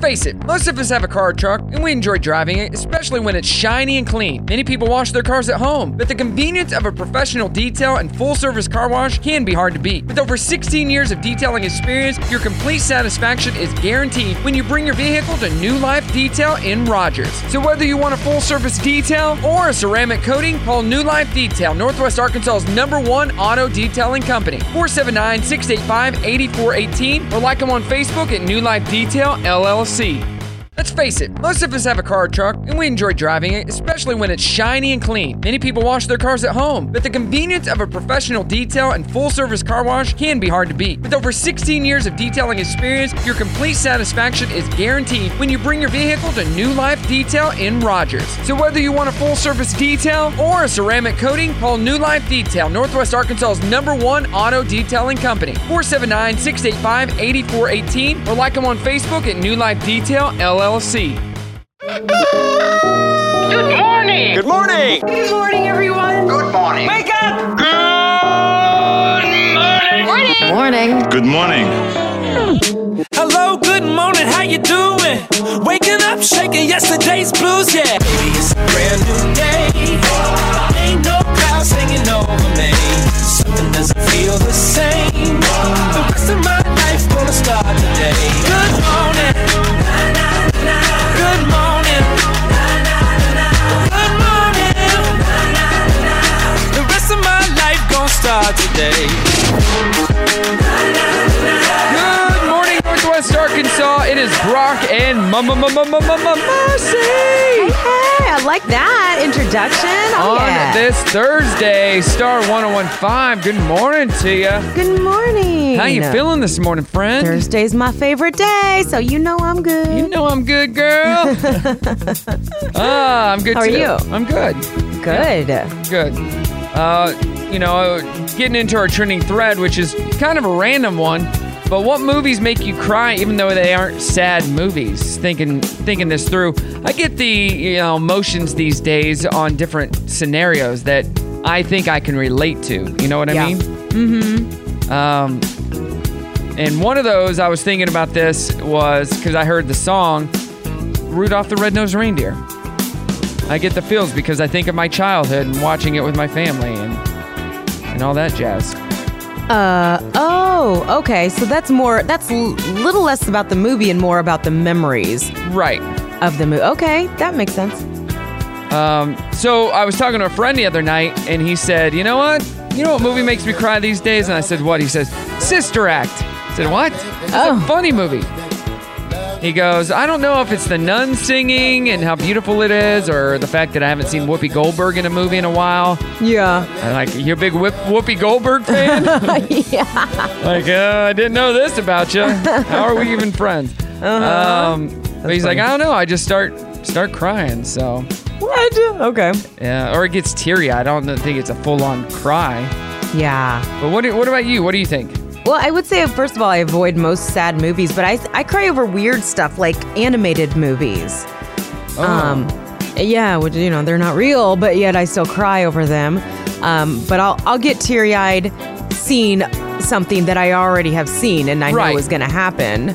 face it, most of us have a car or truck, and we enjoy driving it, especially when it's shiny and clean. Many people wash their cars at home, but the convenience of a professional detail and full service car wash can be hard to beat. With over 16 years of detailing experience, your complete satisfaction is guaranteed when you bring your vehicle to New Life Detail in Rogers. So whether you want a full service detail or a ceramic coating, call New Life Detail, Northwest Arkansas's number one auto detailing company. 479 685 8418 or like them on Facebook at New Life Detail LLC. Let's face it, most of us have a car or truck, and we enjoy driving it, especially when it's shiny and clean. Many people wash their cars at home, but the convenience of a professional detail and full service car wash can be hard to beat. With over 16 years of detailing experience, your complete satisfaction is guaranteed when you bring your vehicle to New Life Detail in Rogers. So whether you want a full service detail or a ceramic coating, call New Life Detail, Northwest Arkansas's number one auto detailing company. 479 685 8418 or like them on Facebook at New Life Detail LLC. Good morning. Good morning. Good morning, everyone. Good morning. Wake up. Good morning. Morning. Good morning. Hello, good morning, how you doing? Waking up, shaking yesterday's blues, yeah. Baby, it's a brand new day. Ain't no clouds hanging over me. Something doesn't feel the same. The rest of my life gonna start today. Good morning. Good morning. Good morning. The rest of my life gonna start today. Good morning, Northwest Arkansas. It is Brock and Mama Mama Mama Mercy. Hey, I like that introduction. Oh, On yeah. this Thursday, Star 1015. Good morning to you. Good morning. How you feeling this morning, friend? Thursday's my favorite day, so you know I'm good. You know I'm good, girl. ah, I'm good How are too. you? I'm good. good. Good. Uh, you know, getting into our trending thread, which is kind of a random one, but what movies make you cry even though they aren't sad movies? Thinking thinking this through, I get the, you know, emotions these days on different scenarios that I think I can relate to. You know what Yeah. I mean? Um, and one of those I was thinking about this was because I heard the song Rudolph the Red-Nosed Reindeer. I get the feels because I think of my childhood and watching it with my family and and all that jazz. Uh oh, okay. So that's more. That's l- little less about the movie and more about the memories Right. of the movie. Okay, that makes sense. Um, so I was talking to a friend the other night and he said, "You know what? You know what movie makes me cry these days?" And I said, "What?" He says, "Sister Act." I said, "What?" It's Oh. a funny movie. He goes, I don't know if it's the nun singing and how beautiful it is, or the fact that I haven't seen Whoopi Goldberg in a movie in a while. Yeah. I'm like, you're a big Whoop, Whoopi Goldberg fan? Like, uh, I didn't know this about you. How are we even friends? Um, but he's Uh-huh. funny. like, I don't know. I just start start crying. So, What? Okay. yeah. Or it gets teary. I don't think it's a full on cry. Yeah. But what, do- what about you? What do you think? Well, I would say, first of all, I avoid most sad movies, but I, I cry over weird stuff like animated movies. Oh, Um, yeah, which, you know, they're not real, but yet I still cry over them. Um, but I'll, I'll get teary eyed seeing something that I already have seen and I Right. know is going to happen.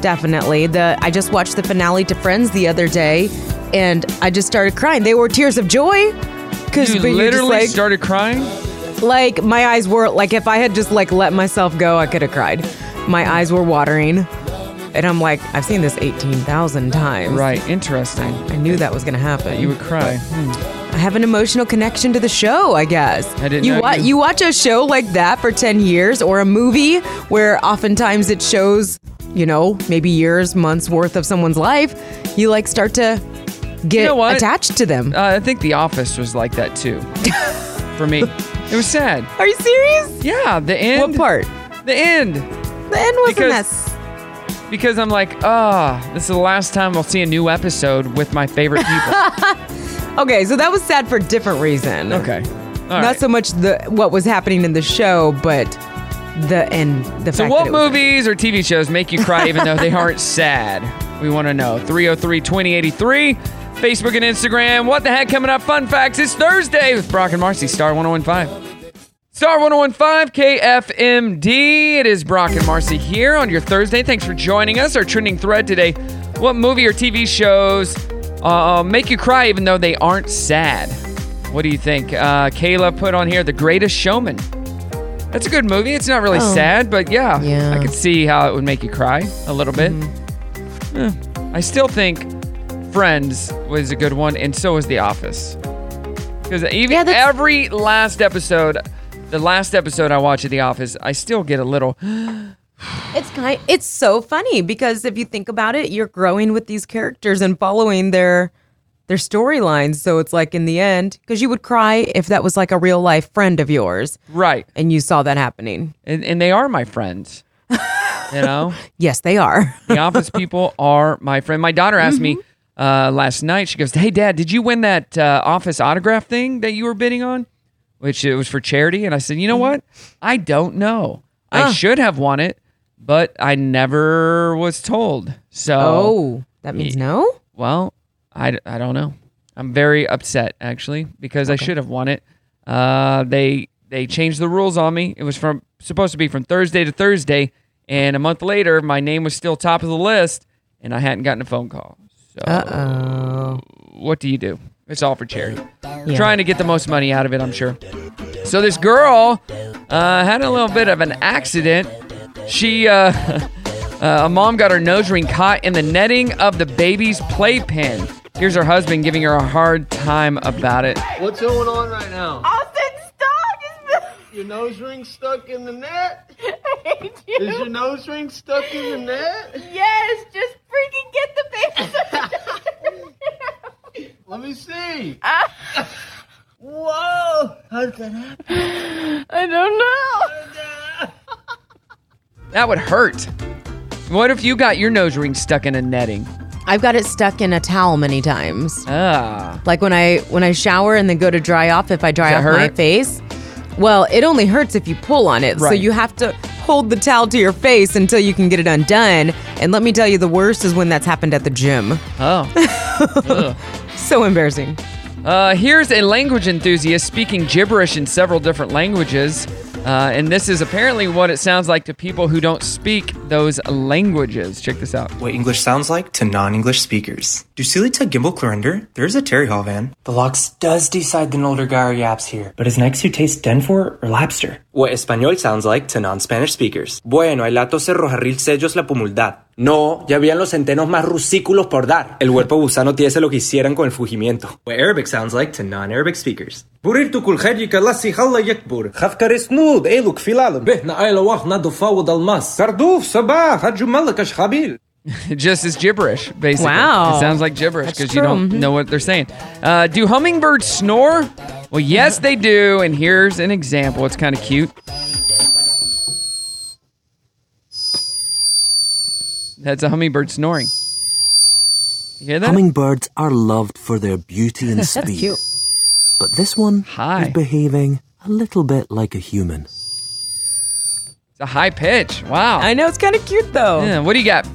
Definitely. The I just watched the finale to Friends the other day and I just started crying. They were tears of joy. Because you literally started crying? like my eyes were like if I had just like let myself go, I could have cried. My eyes were watering, and I'm like, I've seen this eighteen thousand times. Right. Interesting. I knew that was gonna happen. You would cry. Hmm. I have an emotional connection to the show, I guess. I didn't you know wa- you- you watch a show like that for ten years, or a movie where oftentimes it shows, you know, maybe years, months worth of someone's life. You like start to get know what? attached to them. Uh, I think The Office was like that too for me. It was sad. Are you serious? Yeah. The end. What part? The end. The end wasn't Because- that. s- Because I'm like, ah, this is the last time I'll see a new episode with my favorite people. Okay, so that was sad for a different reason. Okay. All Not right. so much the what was happening in the show, but the and the So fact that what it was- movies or TV shows make you cry even though they aren't sad? We want to know. 303-2083, Facebook and Instagram. What the heck coming up? Fun facts. It's Thursday with Brock and Marcy, Star 1015. Star 1015 KFMD. It is Brock and Marcy here on your Thursday. Thanks for joining us. Our trending thread today What movie or TV shows uh, make you cry even though they aren't sad? What do you think? Uh, Kayla put on here The Greatest Showman. That's a good movie. It's not really Oh. sad, but yeah, Yeah. I could see how it would make you cry a little bit. Mm-hmm. Eh, I still think Friends was a good one, and so was The Office. Because even Yeah, that's- every last episode, the last episode I watch of The Office, I still get a little. It's kind. It's so funny because if you think about it, you're growing with these characters and following their their storylines. So it's like in the end, because you would cry if that was like a real life friend of yours Right. and you saw that happening. And, and they are my friends. You know? Yes, they are. The office people are my friend. My daughter asked me uh, last night. She goes, "Hey, Dad, did you win that uh, office autograph thing that you were bidding on?" Which it was for charity, and I said, "You know what? I don't know. I should have won it, but I never was told. So, Oh, that means no. well, I, I don't know. I'm very upset actually because I should have won it. Uh, they they changed the rules on me. It was from supposed to be from Thursday to Thursday, and a month later, my name was still top of the list, and I hadn't gotten a phone call. So, Uh oh. what do you do? It's all for charity. Trying to get the most money out of it, I'm sure. So this girl uh, had a little bit of an accident. She, uh, uh, a mom got her nose ring caught in the netting of the baby's playpen. Here's her husband giving her a hard time about it. What's going on right now? Austin, stop! Your nose ring stuck in the net? It's been Is your nose ring stuck in the net? Yes, just freaking get the baby surgery. Let me see. Ah. Whoa! How did that happen? I don't know. That would hurt. What if you got your nose ring stuck in a netting? I've got it stuck in a towel many times. Ah, Like when I when I shower and then go to dry off, if I dry Does off that my hurt? face, well, it only hurts if you pull on it. So Right. you have to hold the towel to your face until you can get it undone. And let me tell you, the worst is when that's happened at the gym. oh. Ugh. So embarrassing. Uh, here's a language enthusiast speaking gibberish in several different languages. Uh, and this is apparently what it sounds like to people who don't speak those languages. Check this out. what English sounds like to non-English speakers. Dusilita Gimbal Clorinder, there's a Terry Hall van. The Lox does decide the Noldagara yaps here, but is next to taste Denfor or lobster? What Espanol sounds like to non-Spanish speakers. Bueno, el lato cerrojarril sellos la pumuldad. No, ya habían los centenos más rusículos por dar. El cuerpo gusano tiese lo que hicieran con el fugimiento. What Arabic sounds like to non-Arabic speakers. بررت كل خرجك لسي خلا يكبر خفكر سنود ايلوك في العالم بهنا ايلا واخنا ضفاوض الماس سردوف صباح هجو ملك اشخابيل It just is gibberish, basically. Wow. It sounds like gibberish That's because you true. don't Mhm. know what they're saying. Uh, do hummingbirds snore? Well, yes, they do. And here's an example. It's kind of cute. That's a hummingbird snoring. You hear that? Hummingbirds are loved for their beauty and That's speed, cute. but this one Hi. is behaving a little bit like a human. it's a high pitch. Wow. I know it's kind of cute though. Yeah, what do you got?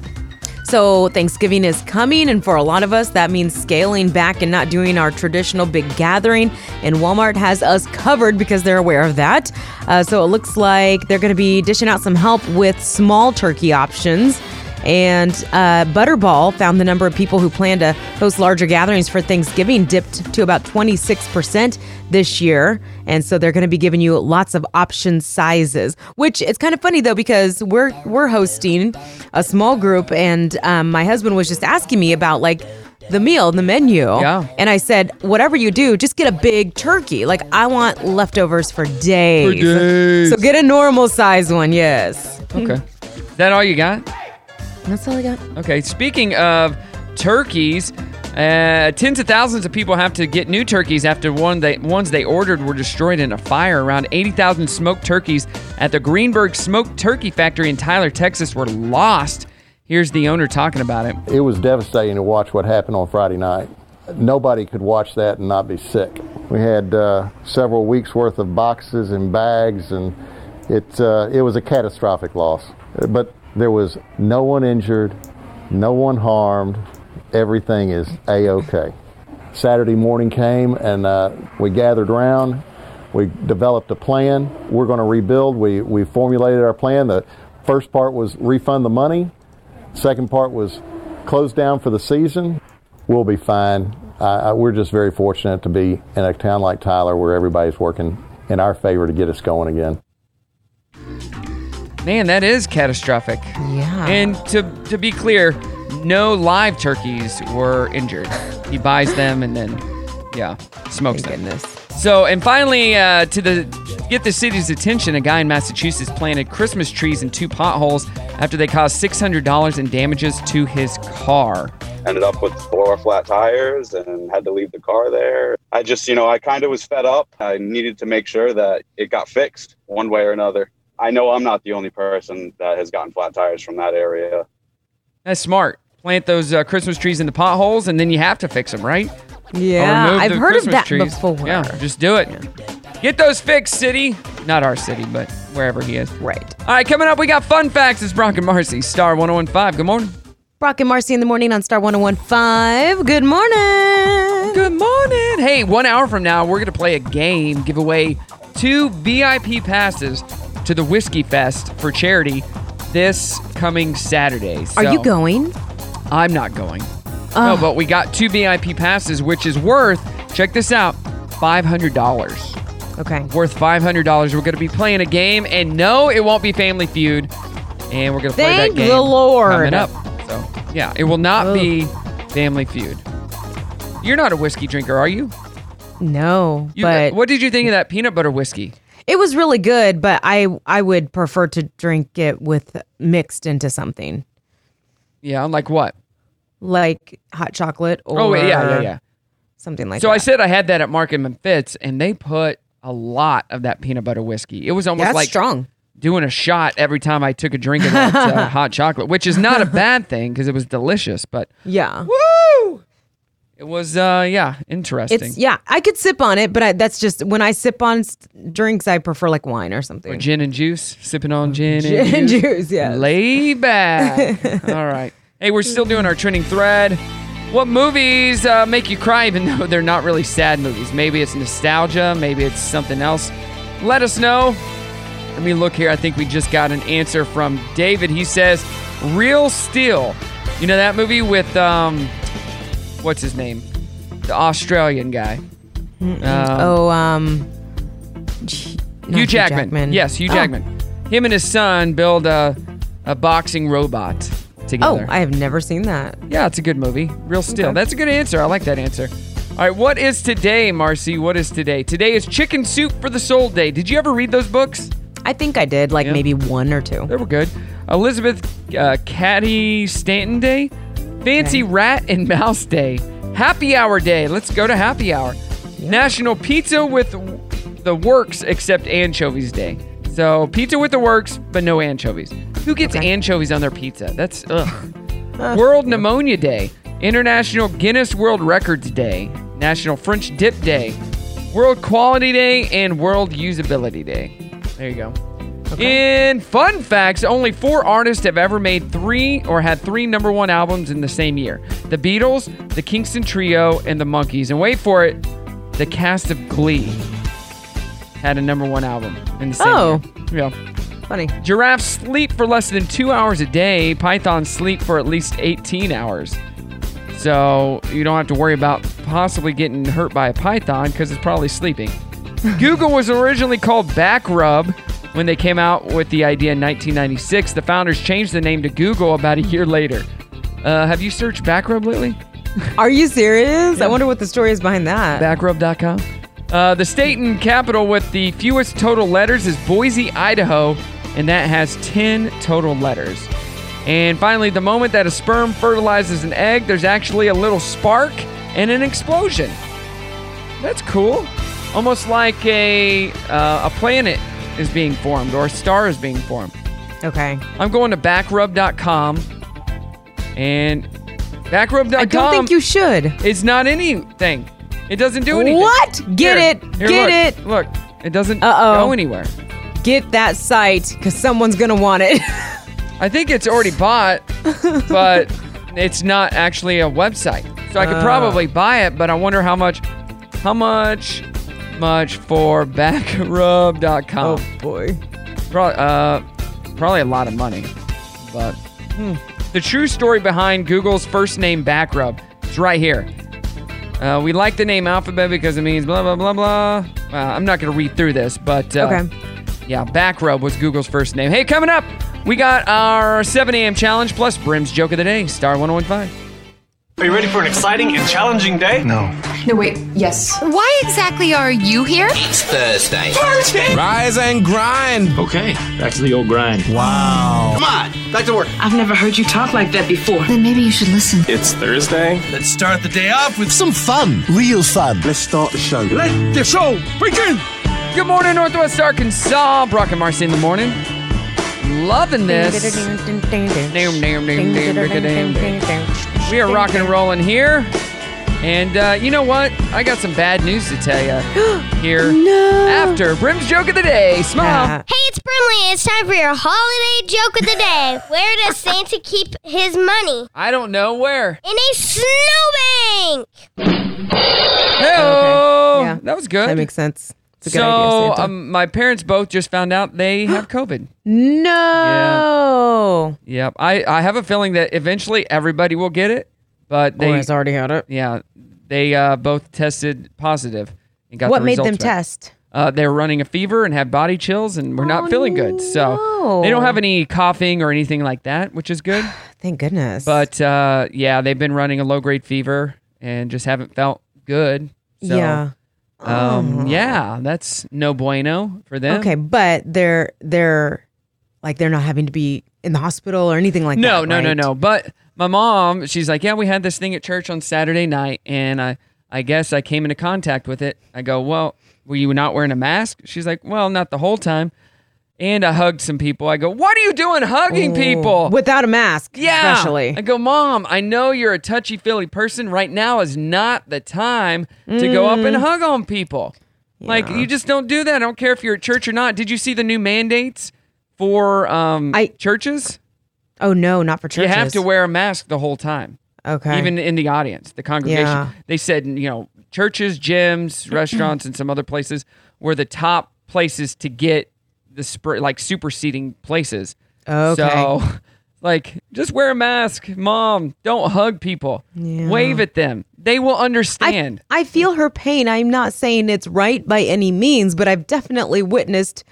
So Thanksgiving is coming, and for a lot of us, that means scaling back and not doing our traditional big gathering. And Walmart has us covered because they're aware of that. Uh, so it looks like they're going to be dishing out some help with small turkey options. And uh, Butterball found the number of people who plan to host larger gatherings for Thanksgiving dipped to about 26% this year. And so they're going to be giving you lots of option sizes, which it's kind of funny though, because we're, we're hosting a small group. And um, my husband was just asking me about like the meal and the menu. Yeah. And I said, whatever you do, just get a big turkey. Like I want leftovers for days. So get a normal size one. Yes. Okay. Is that all you got? That's all I got. Okay. Speaking of turkeys, uh, tens of thousands of people have to get new turkeys after one they, ones they ordered were destroyed in a fire. Around 80,000 smoked turkeys at the Greenberg Smoked Turkey Factory in Tyler, Texas were lost. Here's the owner talking about it. It was devastating to watch what happened on Friday night. Nobody could watch that and not be sick. We had uh, several weeks worth of boxes and bags, and it uh, it was a catastrophic loss. But there was no one injured, no one harmed. Everything is a okay. Saturday morning came, and uh, we gathered around. We developed a plan. We're going to rebuild. We we formulated our plan. The first part was refund the money. Second part was closed down for the season. We'll be fine. I, I, we're just very fortunate to be in a town like Tyler where everybody's working in our favor to get us going again. Man, that is catastrophic. Yeah. And to to be clear, no live turkeys were injured. He buys them and then, yeah, smokes them. So and finally, uh, to the get the city's attention, a guy in Massachusetts planted Christmas trees in two potholes after they caused six hundred dollars in damages to his car. ended up with four flat tires and had to leave the car there. I just, you know, I kind of was fed up. I needed to make sure that it got fixed one way or another. I know I'm not the only person that has gotten flat tires from that area. That's smart. Plant those uh, Christmas trees in the potholes, and then you have to fix them, right? Yeah, Or remove I've Oh, the heard of Christmas that trees. before. Yeah, just do it. Get those fixed, city. Not our city, but wherever he is. Right. All right, coming up, we got fun facts. It's Brock and Marcy, Star 1015. Good morning. Brock and Marcy in the morning on Star 1015. Good morning. Good morning. Hey, one hour from now, we're going to play a game, give away two VIP passes to the Whiskey Fest for charity this coming Saturday. Are you So- going? I'm not going. Oh. No, but we got two VIP passes, which is worth, check this out, $500. Okay. Worth $500. We're going to be playing a game, and no, it won't be Family Feud. And we're going to play Thank that game the Lord. coming up. So, yeah, it will not be Family Feud. You're not a whiskey drinker, are you? No, You- but what did you think of that peanut butter whiskey? it was really good. But I I would prefer to drink it with mixed into something Yeah, I'm like what? like hot chocolate or Oh, wait, yeah, yeah, yeah. something like so that. I said I had that at Markham and Fitz, and they put a lot of that peanut butter whiskey. It was almost That's like strong. doing a shot every time I took a drink of that uh, hot chocolate, which is not a bad thing because it was delicious. But yeah. Woo! it was, uh, yeah, interesting. It's yeah, I could sip on it, but I, that's just when I sip on s- drinks, I prefer like wine or something. Or gin and juice, sipping on gin, Gin and and Oh, juice. juice, yes. Lay back. All right. Hey, we're still doing our trending thread. What movies uh, make you cry, even though they're not really sad movies? Maybe it's nostalgia, maybe it's something else. Let us know. Let me look here. I think we just got an answer from David. He says, Real Steel. You know that movie with, um, what's his name? The Australian guy. Mm-mm. Um, oh, um, gee, not Hugh Jackman. Yes, Hugh Oh. Jackman. Him and his son build a, a boxing robot together. Oh, I have never seen that. yeah, it's a good movie. Real still. Okay. That's a good answer. I like that answer. All right, what is today, Marcy? What is today? Today is Chicken Soup for the Soul Day. Did you ever read those books? I think I did, like maybe one or two. They were good. Elizabeth uh, Cady Stanton Day, Fancy Rat and Mouse Day, Happy Hour Day. Let's go to Happy Hour. National Pizza with the Works except anchovies day. So pizza with the works, but no anchovies. Who gets anchovies on their pizza? That's ugh. World Pneumonia Day, International Guinness World Records Day, National French Dip Day, World Quality Day, and World Usability Day. There you go. In fun facts, only four artists have ever made three or had three number one albums in the same year The Beatles, The Kingston Trio, and The Monkees. And wait for it, the cast of Glee had a number one album in the same Oh. year. Yeah. Funny. Giraffes sleep for less than two hours a day. Pythons sleep for at least 18 hours. So you don't have to worry about possibly getting hurt by a python because it's probably sleeping. Google was originally called Back Rub when they came out with the idea in 1996. The founders changed the name to Google about a year later. Uh, have you searched Back Rub lately? Are you serious? I wonder what the story is behind that. Backrub.com. Uh, the state and capital with the fewest total letters is Boise, Idaho, and that has 10 total letters. And finally, the moment that a sperm fertilizes an egg, there's actually a little spark and an explosion. That's cool. Almost like a uh, a planet is being formed or a star is being formed. Okay. I'm going to backrub.com and backrub.com. I don't um, think you should. It's not anything. It doesn't do anything. What? Get Here. it. Here, Get look. it. Look, it doesn't Uh-oh. go anywhere. Get that site because someone's going to want it. I think it's already bought, but it's not actually a website. So I could Ah. probably buy it, but I wonder how much, how much, much for backrub.com. Oh boy. Pro- uh, probably a lot of money, but The true story behind Google's first name back rub. It's right here. Uh, we like the name Alphabet because it means blah, blah, blah, blah. Uh, I'm not going to read through this, but. Uh, Okay. Yeah, back rub was Google's first name. Hey, coming up, we got our 7 a.m. challenge plus Brim's joke of the day, Star 1015. Are you ready for an exciting and challenging day? No. No, wait, yes. Why exactly are you here? Thursday. Rise and grind. Okay, back to the old grind. Wow. Come on, back to work. I've never heard you talk like that before. Then maybe you should listen. It's Thursday. Let's start the day off with some fun. Real fun. Let's start the show. Let the show begin. Good morning, Northwest Arkansas. Brock and Marcy in the morning. Loving this. We are rocking and rolling here. And uh, you know what? I got some bad news to tell you here after Brim's joke of the day. Smile. Hey, it's Brimley. It's time for your holiday joke of the day. Where does Santa keep his money? I don't know where. In a snowbank. Hello. That was good. That makes sense. It's a good so, idea, Santa. um, my parents both just found out they have COVID. no. Yep. I, I have a feeling that eventually everybody will get it, but they Or has already had it. Yeah. They uh, both tested positive and got What the made them results back. test? Uh, they were running a fever and had body chills and were not feeling good. So Oh, no. they don't have any coughing or anything like that, which is good. Thank goodness. But uh, yeah, they've been running a low grade fever and just haven't felt good. So, Yeah. Oh. Um, Yeah, that's no bueno for them. Okay, but they're they're like they're not having to be in the hospital or anything like no, that. no, no, right? no. But my mom, she's like, yeah, we had this thing at church on Saturday night, and I, I guess I came into contact with it. I go, well, were you not wearing a mask? She's like, well, not the whole time. And I hugged some people. I go, what are you doing hugging Ooh. people? without a mask, Yeah. especially. I go, Mom, I know you're a touchy feely person. Right now is not the time to go up and Mm. hug on people. Like, you just don't do that. I don't care if you're at church or not. Did you see the new mandates for um, churches? Oh no, not for churches. You have to wear a mask the whole time. Okay. Even in the audience, the congregation. Yeah. They said, you know, churches, gyms, restaurants, and some other places were the top places to get the spread, like superseding places. Okay. So, like, just wear a mask, mom. Don't hug people. Wave at them. They will understand. I feel her pain. I'm not saying it's right by any means, but I've definitely witnessed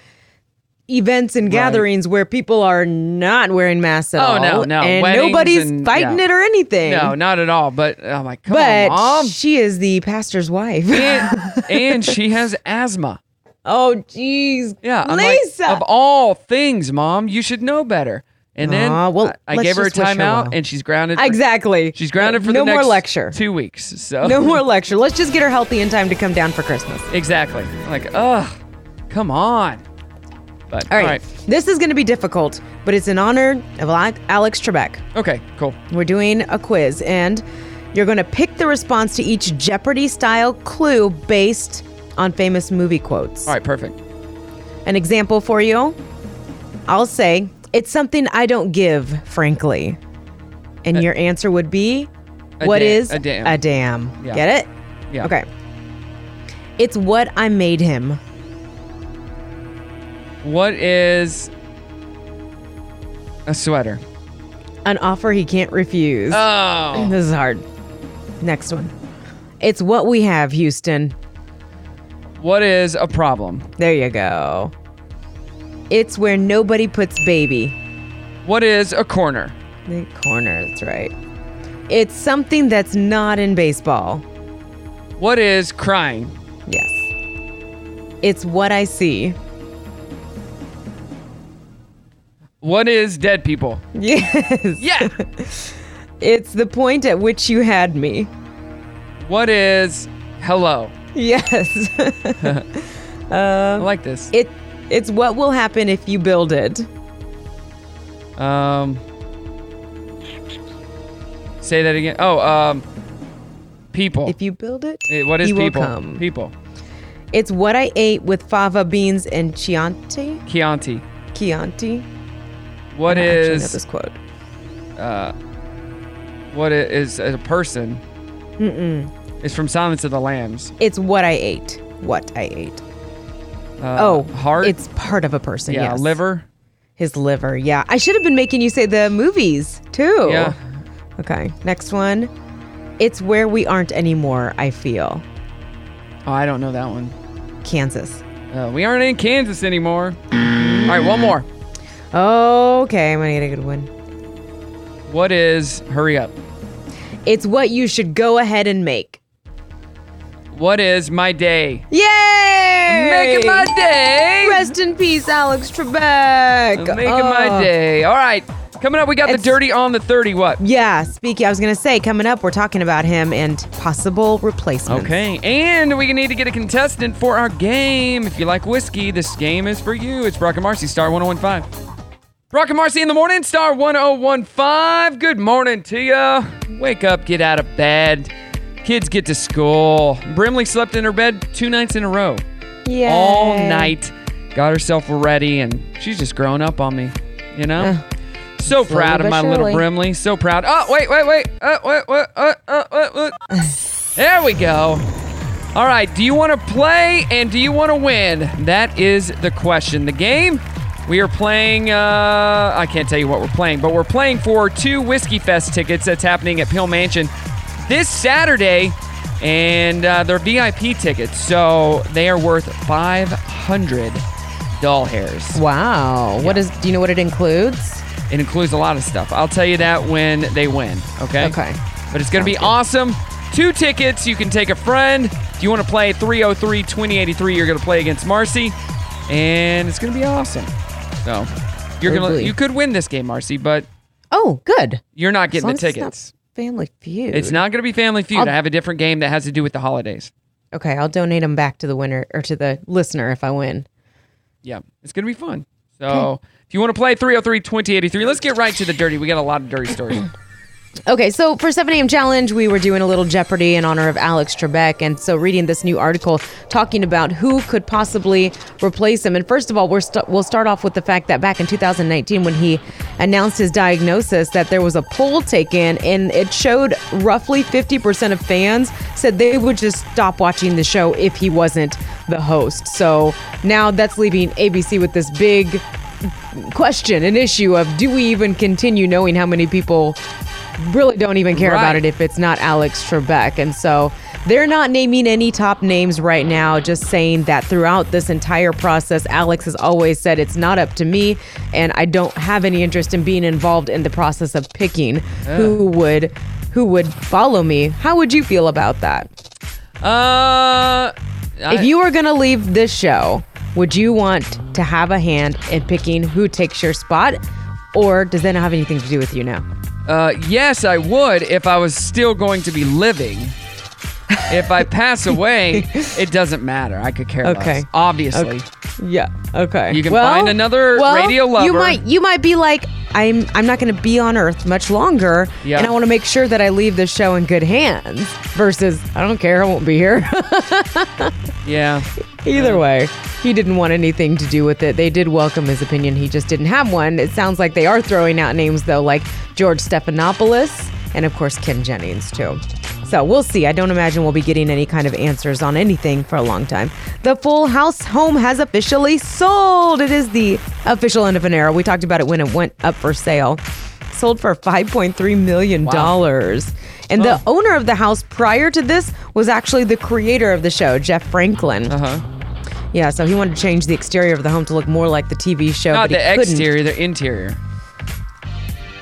events and gatherings where people are not wearing masks at oh all. no, no. and Weddings nobody's and- fighting yeah. it or anything. No, not at all. But oh my, come but on, mom. she is the pastor's wife. and, and she has asthma. Oh, jeez. Yeah, I'm like, Lisa. of all things, mom, you should know better. And then Aw, well, I, I let's gave her a just wish her timeout, well. and she's grounded. for- Exactly. Uh, she's grounded for no the next more lecture. two weeks. So No more lecture. Let's just get her healthy in time to come down for Christmas. exactly. Like, ugh, come on. But All right. all right, This is going to be difficult, but it's in honor of Al- Alex Trebek. Okay, cool. We're doing a quiz, and you're going to pick the response to each Jeopardy style clue based on famous movie quotes. all right, perfect. An example for you I'll say, It's something I don't give, frankly. And your answer would be, a "What dam- is a dam. A dam. Yeah. Get it? Yeah. Okay. It's what I made him. What is a sweater? An offer he can't refuse. Oh. This is hard. Next one. It's what we have, Houston. What is a problem? There you go. It's where nobody puts baby. What is a corner? The corner, that's right. It's something that's not in baseball. What is crying? Yes. It's what I see. What is dead people? Yes. Yeah. it's the point at which you had me. What is hello? Yes. I like this. It it's what will happen if you build it. Um, say that again. Oh, um, people. If you build it, Eh, what is you will people? come. People. It's what I ate with fava beans and Chianti. Chianti. Chianti. What I don't actually know is this quote? Uh, what i- is a person? Mm-mm. It's from Silence of the Lambs. It's what I ate. What I ate. Uh, oh, heart. It's part of a person. yeah, yes. liver. His liver. Yeah. I should have been making you say the movies too. Yeah. Okay. Next one. It's where we aren't anymore, I feel. Oh, I don't know that one. Kansas. Uh, we aren't in Kansas anymore. All right, one more. Okay, I'm gonna get a good one. What is hurry up? It's what you should go ahead and make. What is my day? Yay! Making my day. Rest in peace, Alex Trebek. Making my Oh. day. All right. Coming up, we got the dirty on the 30. What? Yeah, speaking, I was going to say, coming up, we're talking about him and possible replacements. Okay. And we need to get a contestant for our game. If you like whiskey, this game is for you. It's Brock and Marcy, Star 1015. Brock and Marcy in the morning, Star 1015. Good morning to ya. Wake up, get out of bed. Kids get to school. Brimley slept in her bed two nights in a row. Yay. All night. Got herself ready, and she's just grown up on me, you know? so slowly proud of but my little surely. Brimley. So proud. Oh, wait, wait, wait. Uh, wait, wait, uh, uh, uh, uh. There we go. All right. Do you want to play and do you want to win? That is the question. The game we are playing. Uh, I can't tell you what we're playing, but we're playing for two Whiskey Fest tickets that's happening at Pill Mansion this Saturday, and uh, they're VIP tickets, so they are worth five hundred doll hairs. Wow. What is? Do you know what it includes? It includes a lot of stuff. I'll tell you that when they win. Okay. Okay. But it's going to be awesome. Two tickets. You can take a friend. If you want to play 303 2083, you're going to play against Marcy. And it's going to be awesome. So you're going Lovely. to, you could win this game, Marcy, but Oh, good. you're not As getting long the as it's not tickets. Family Feud. It's not going to be Family Feud. I'll- I have a different game that has to do with the holidays. Okay, I'll donate them back to the winner or to the listener if I win. Yeah. It's going to be fun. So if you want to play 303 2083, let's get right to the dirty. We got a lot of dirty stories. Okay, so for 7 a.m. challenge, we were doing a little Jeopardy in honor of Alex Trebek. And so reading this new article talking about who could possibly replace him. And first of all, we're st- we'll start off with the fact that back in 2019, when he announced his diagnosis, that there was a poll taken and it showed roughly 50% of fans said they would just stop watching the show if he wasn't the host. So now that's leaving ABC with this big question, an issue of do we even continue knowing how many people really don't even care about Right. it if it's not Alex Trebek. And so they're not naming any top names right now, just saying that throughout this entire process, Alex has always said it's not up to me and I don't have any interest in being involved in the process of picking who would who would follow me. How would you feel about that? uh, if you were going to leave this show, would you want to have a hand in picking who takes your spot? Or does that not have anything to do with you now? Uh, yes, I would if I was still going to be living. If I pass away, it doesn't matter. I could care Okay. less. Obviously. Okay. Yeah. Okay. You can Well- find another well, radio lover. You might you might be like, I'm I'm not gonna be on Earth much longer. Yeah. And I wanna make sure that I leave this show in good hands versus I don't care, I won't be here. Yeah. Either way, he didn't want anything to do with it. They did welcome his opinion. He just didn't have one. It sounds like they are throwing out names, though, like George Stephanopoulos and, of course, Ken Jennings, too. So we'll see. I don't imagine we'll be getting any kind of answers on anything for a long time. The Full House home has officially sold. It is the official end of an era. We talked about it when it went up for sale. Sold for $5.3 million. And the Oh. owner of the house prior to this was actually the creator of the show, Jeff Franklin. Uh-huh. Uh huh. Yeah, so he wanted to change the exterior of the home to look more like the TV show. Not but he the couldn't. exterior, the interior.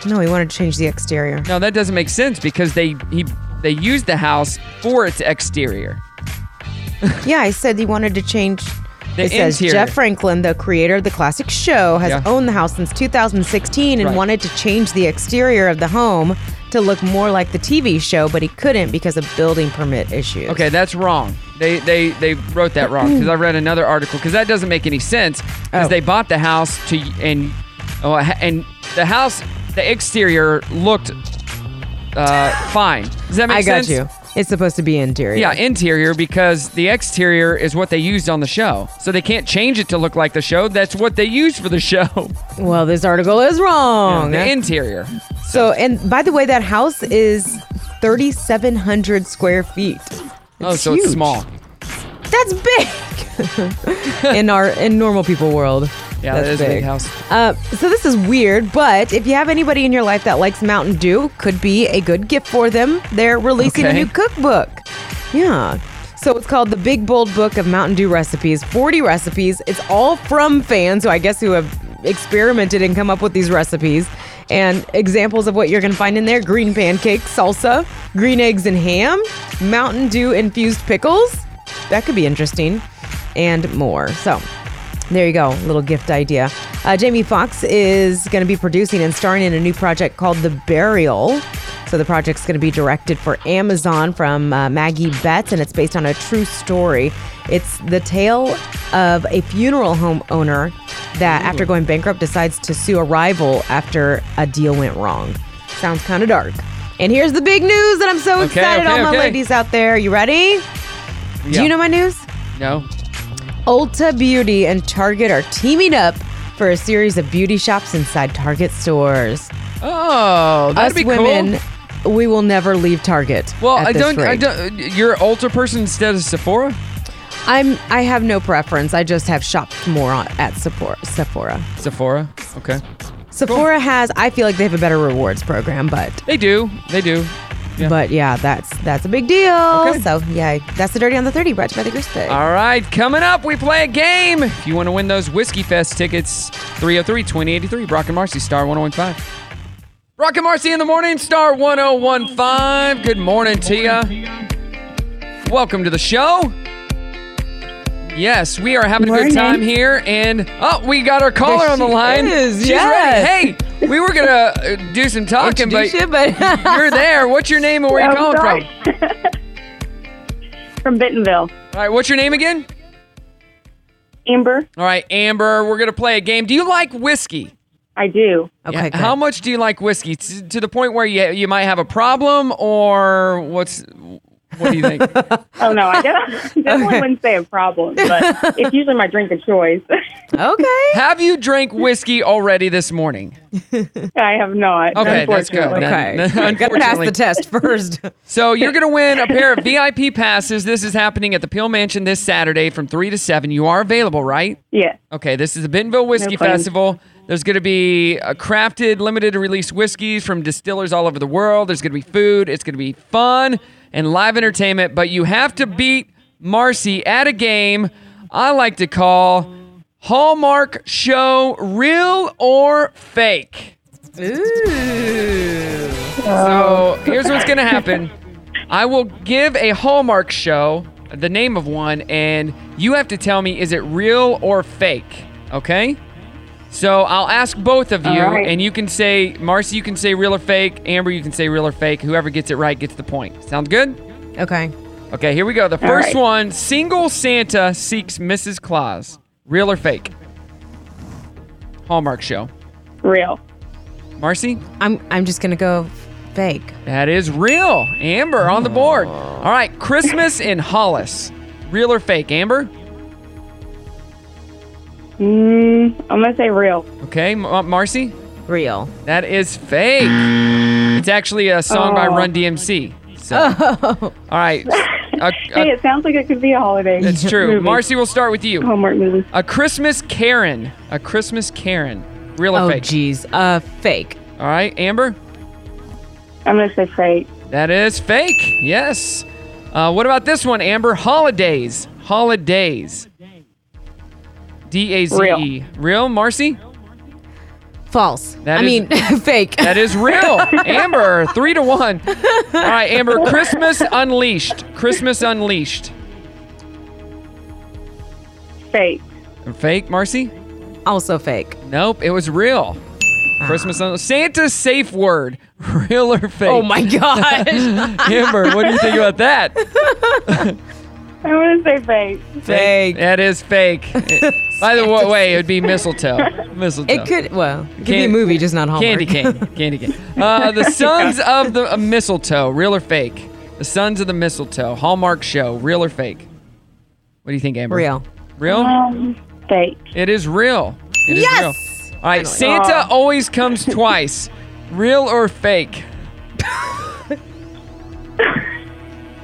No, he wanted to change the exterior. No, that doesn't make sense because they he they used the house for its exterior. yeah, I said he wanted to change. The it says interior. Jeff Franklin, the creator of the classic show, has Yeah. owned the house since 2016 and Right. wanted to change the exterior of the home to look more like the TV show, but he couldn't because of building permit issues. Okay, that's wrong. They they they wrote that wrong because I read another article because that doesn't make any sense Oh. because they bought the house to and oh, and the house the exterior looked uh, fine. Does that make I got sense? you. It's supposed to be interior. Yeah, interior because the exterior is what they used on the show. So they can't change it to look like the show. That's what they used for the show. Well, this article is wrong. The interior. So, and by the way, that house is 3,700 square feet. oh, so it's huge. small. That's big in our in normal people world. Yeah, that is a big house. Uh, so this is weird, but if you have anybody in your life that likes Mountain Dew, could be a good gift for them. They're releasing Okay. a new cookbook. Yeah. So it's called The Big Bold Book of Mountain Dew Recipes, 40 recipes. It's all from fans who I guess who have experimented and come up with these recipes. And examples of what you're going to find in there green pancakes, salsa, green eggs and ham, Mountain Dew infused pickles. That could be interesting, and more. So there you go, little gift idea. Uh, Jamie Foxx is going to be producing and starring in a new project called The Burial. So the project's going to be directed for Amazon from uh, Maggie Betts, and it's based on a true story. It's the tale of a funeral home owner that, after going bankrupt, decides to sue a rival after a deal went wrong. Sounds kind of dark. And here's the big news that I'm so Okay, excited, okay, all my okay. ladies out there. You ready? Do Yeah. you know my news? No. Ulta Beauty and Target are teaming up for a series of beauty shops inside Target stores. Oh, that'd Us be cool. women, we will never leave Target. Well, at I this don't. I rate. don't. uh, You're an Ulta person instead of Sephora. I'm. I have no preference. I just have shopped more on, at Sephora. Sephora. Sephora. Okay. Sephora has. I feel like they have a better rewards program, but They do. They do. but yeah, that's that's a big deal. So yeah, that's the dirty on the thirty brought to you by the Grease Pig. All right, coming up, we play a game. If you want to win those Whiskey Fest tickets, 303 2083, Brock and Marcy, Star 1015. Rock and Marcy in the morning, Star 1015. Good morning, Tia. Welcome to the show. Yes, we are having a Morning. good time here. And oh, we got our caller There on the she line. is, She's yes. ready. Hey, we were going to do some talking, but, Introduce you're there. What's your name and where are you I'm calling sorry. from? From Bentonville. All right, what's your name again? Amber. All right, Amber, we're going to play a game. Do you like whiskey? I do. Okay. How much do you like whiskey? T- to the point where you, you might have a problem, or what's what do you think? Oh no, I definitely wouldn't say a problem, but it's usually my drink of choice. okay. Have you drank whiskey already this morning? I have not. Okay, that's good. unfortunately. Then- Gotta pass unfortunately. the test first. So you're going to win a pair of VIP passes. This is happening at the Peel Mansion this Saturday from 3 to 7. You are available, right? Yeah. Okay, this is the Bentonville Whiskey plans. Festival. There's going to be uh crafted, limited release whiskeys from distillers all over the world. There's going to be food. It's going to be fun and live entertainment, but you have to beat Marcy at a game I like to call Hallmark Show Real or Fake. Ooh. So here's what's gonna happen. I will give a Hallmark show, the name of one, and you have to tell me is it real or fake. Okay? So I'll ask both of you, All right. and you can say, Marcy, you can say real or fake. Amber, you can say real or fake. Whoever gets it right gets the point. Sounds good? Okay. Okay, here we go. The All first right. one single Santa seeks Mrs. Claus. Real or fake? Hallmark show. Real. Marcy? I'm I'm just gonna go fake. That is real. Amber on the board. All right, Christmas in Hollis. Real or fake, Amber? Mm, I'm gonna say real. Okay, M- uh, Marcy? Real. That is fake. It's actually a song by Oh. Run DMC. So. All right. A- a- Hey, it sounds like it could be a holiday. That's true. movie. Oh. Marcy, we'll start with you. Hallmark movie. A Christmas Karen. A Christmas Karen. Real or Oh, fake? geez. Uh, fake. All right, Amber? I'm gonna say fake. That is fake. Yes. Uh, what about this one, Amber? Holidays. Holidays. D A Z E. Real, Marcy? False. That I is- mean, fake. That is real. Amber, three to one. All right, Amber, Christmas Unleashed. Christmas Unleashed. Fake. Fake, Marcy? Also fake. Nope, it was real. Christmas Unleashed. Santa's safe word. Real or fake? Ah. Oh my gosh. Amber, what do you think about that? I'm gonna say fake. Fake. That is fake. By the wa- way, it would be mistletoe. Mistletoe. It could. Well, it could be Candy- a movie, just not Hallmark. Candy cane. Candy cane. Uh, the Sons of the uh, Mistletoe, real or fake? The Sons of the Mistletoe, Hallmark show, real or fake? What do you think, Amber? Real. Real? Um, fake. It is real. It is Yes! real. All right, Santa Oh. always comes twice. Real or fake?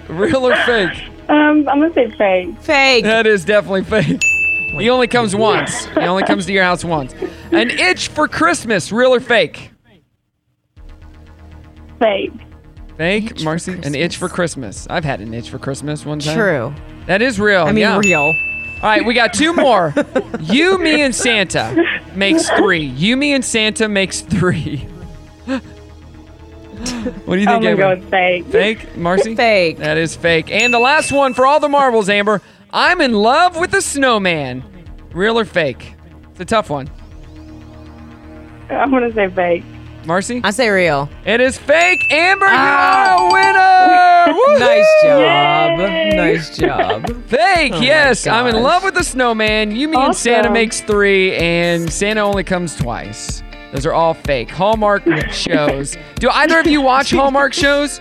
real or fake? Um, I'm gonna say fake. Fake. That is definitely fake. He only comes once. he only comes to your house once. An itch for Christmas, real or fake? Fake. Fake, Marcy. An itch for Christmas. I've had an itch for Christmas one time. True. That is real. I mean, Oh, yeah. real. All right, we got two more. you, me, and Santa makes three. You, me, and Santa makes three. What do Oh you think, I'm Amber? going to fake. Fake, Marcy? Fake. That is fake. And the last one for all the marbles, Amber. I'm in love with a snowman. Real or fake? It's a tough one. I'm going to say fake. Marcy? I say real. It is fake. Amber, you are a winner. Woohoo! Ah. Nice job. Nice job. Fake, Oh my yes. I'm in gosh. love with the snowman. You mean Santa Awesome. makes three, and Santa only comes twice. Those are all fake. Hallmark shows. Do either of you watch Hallmark shows?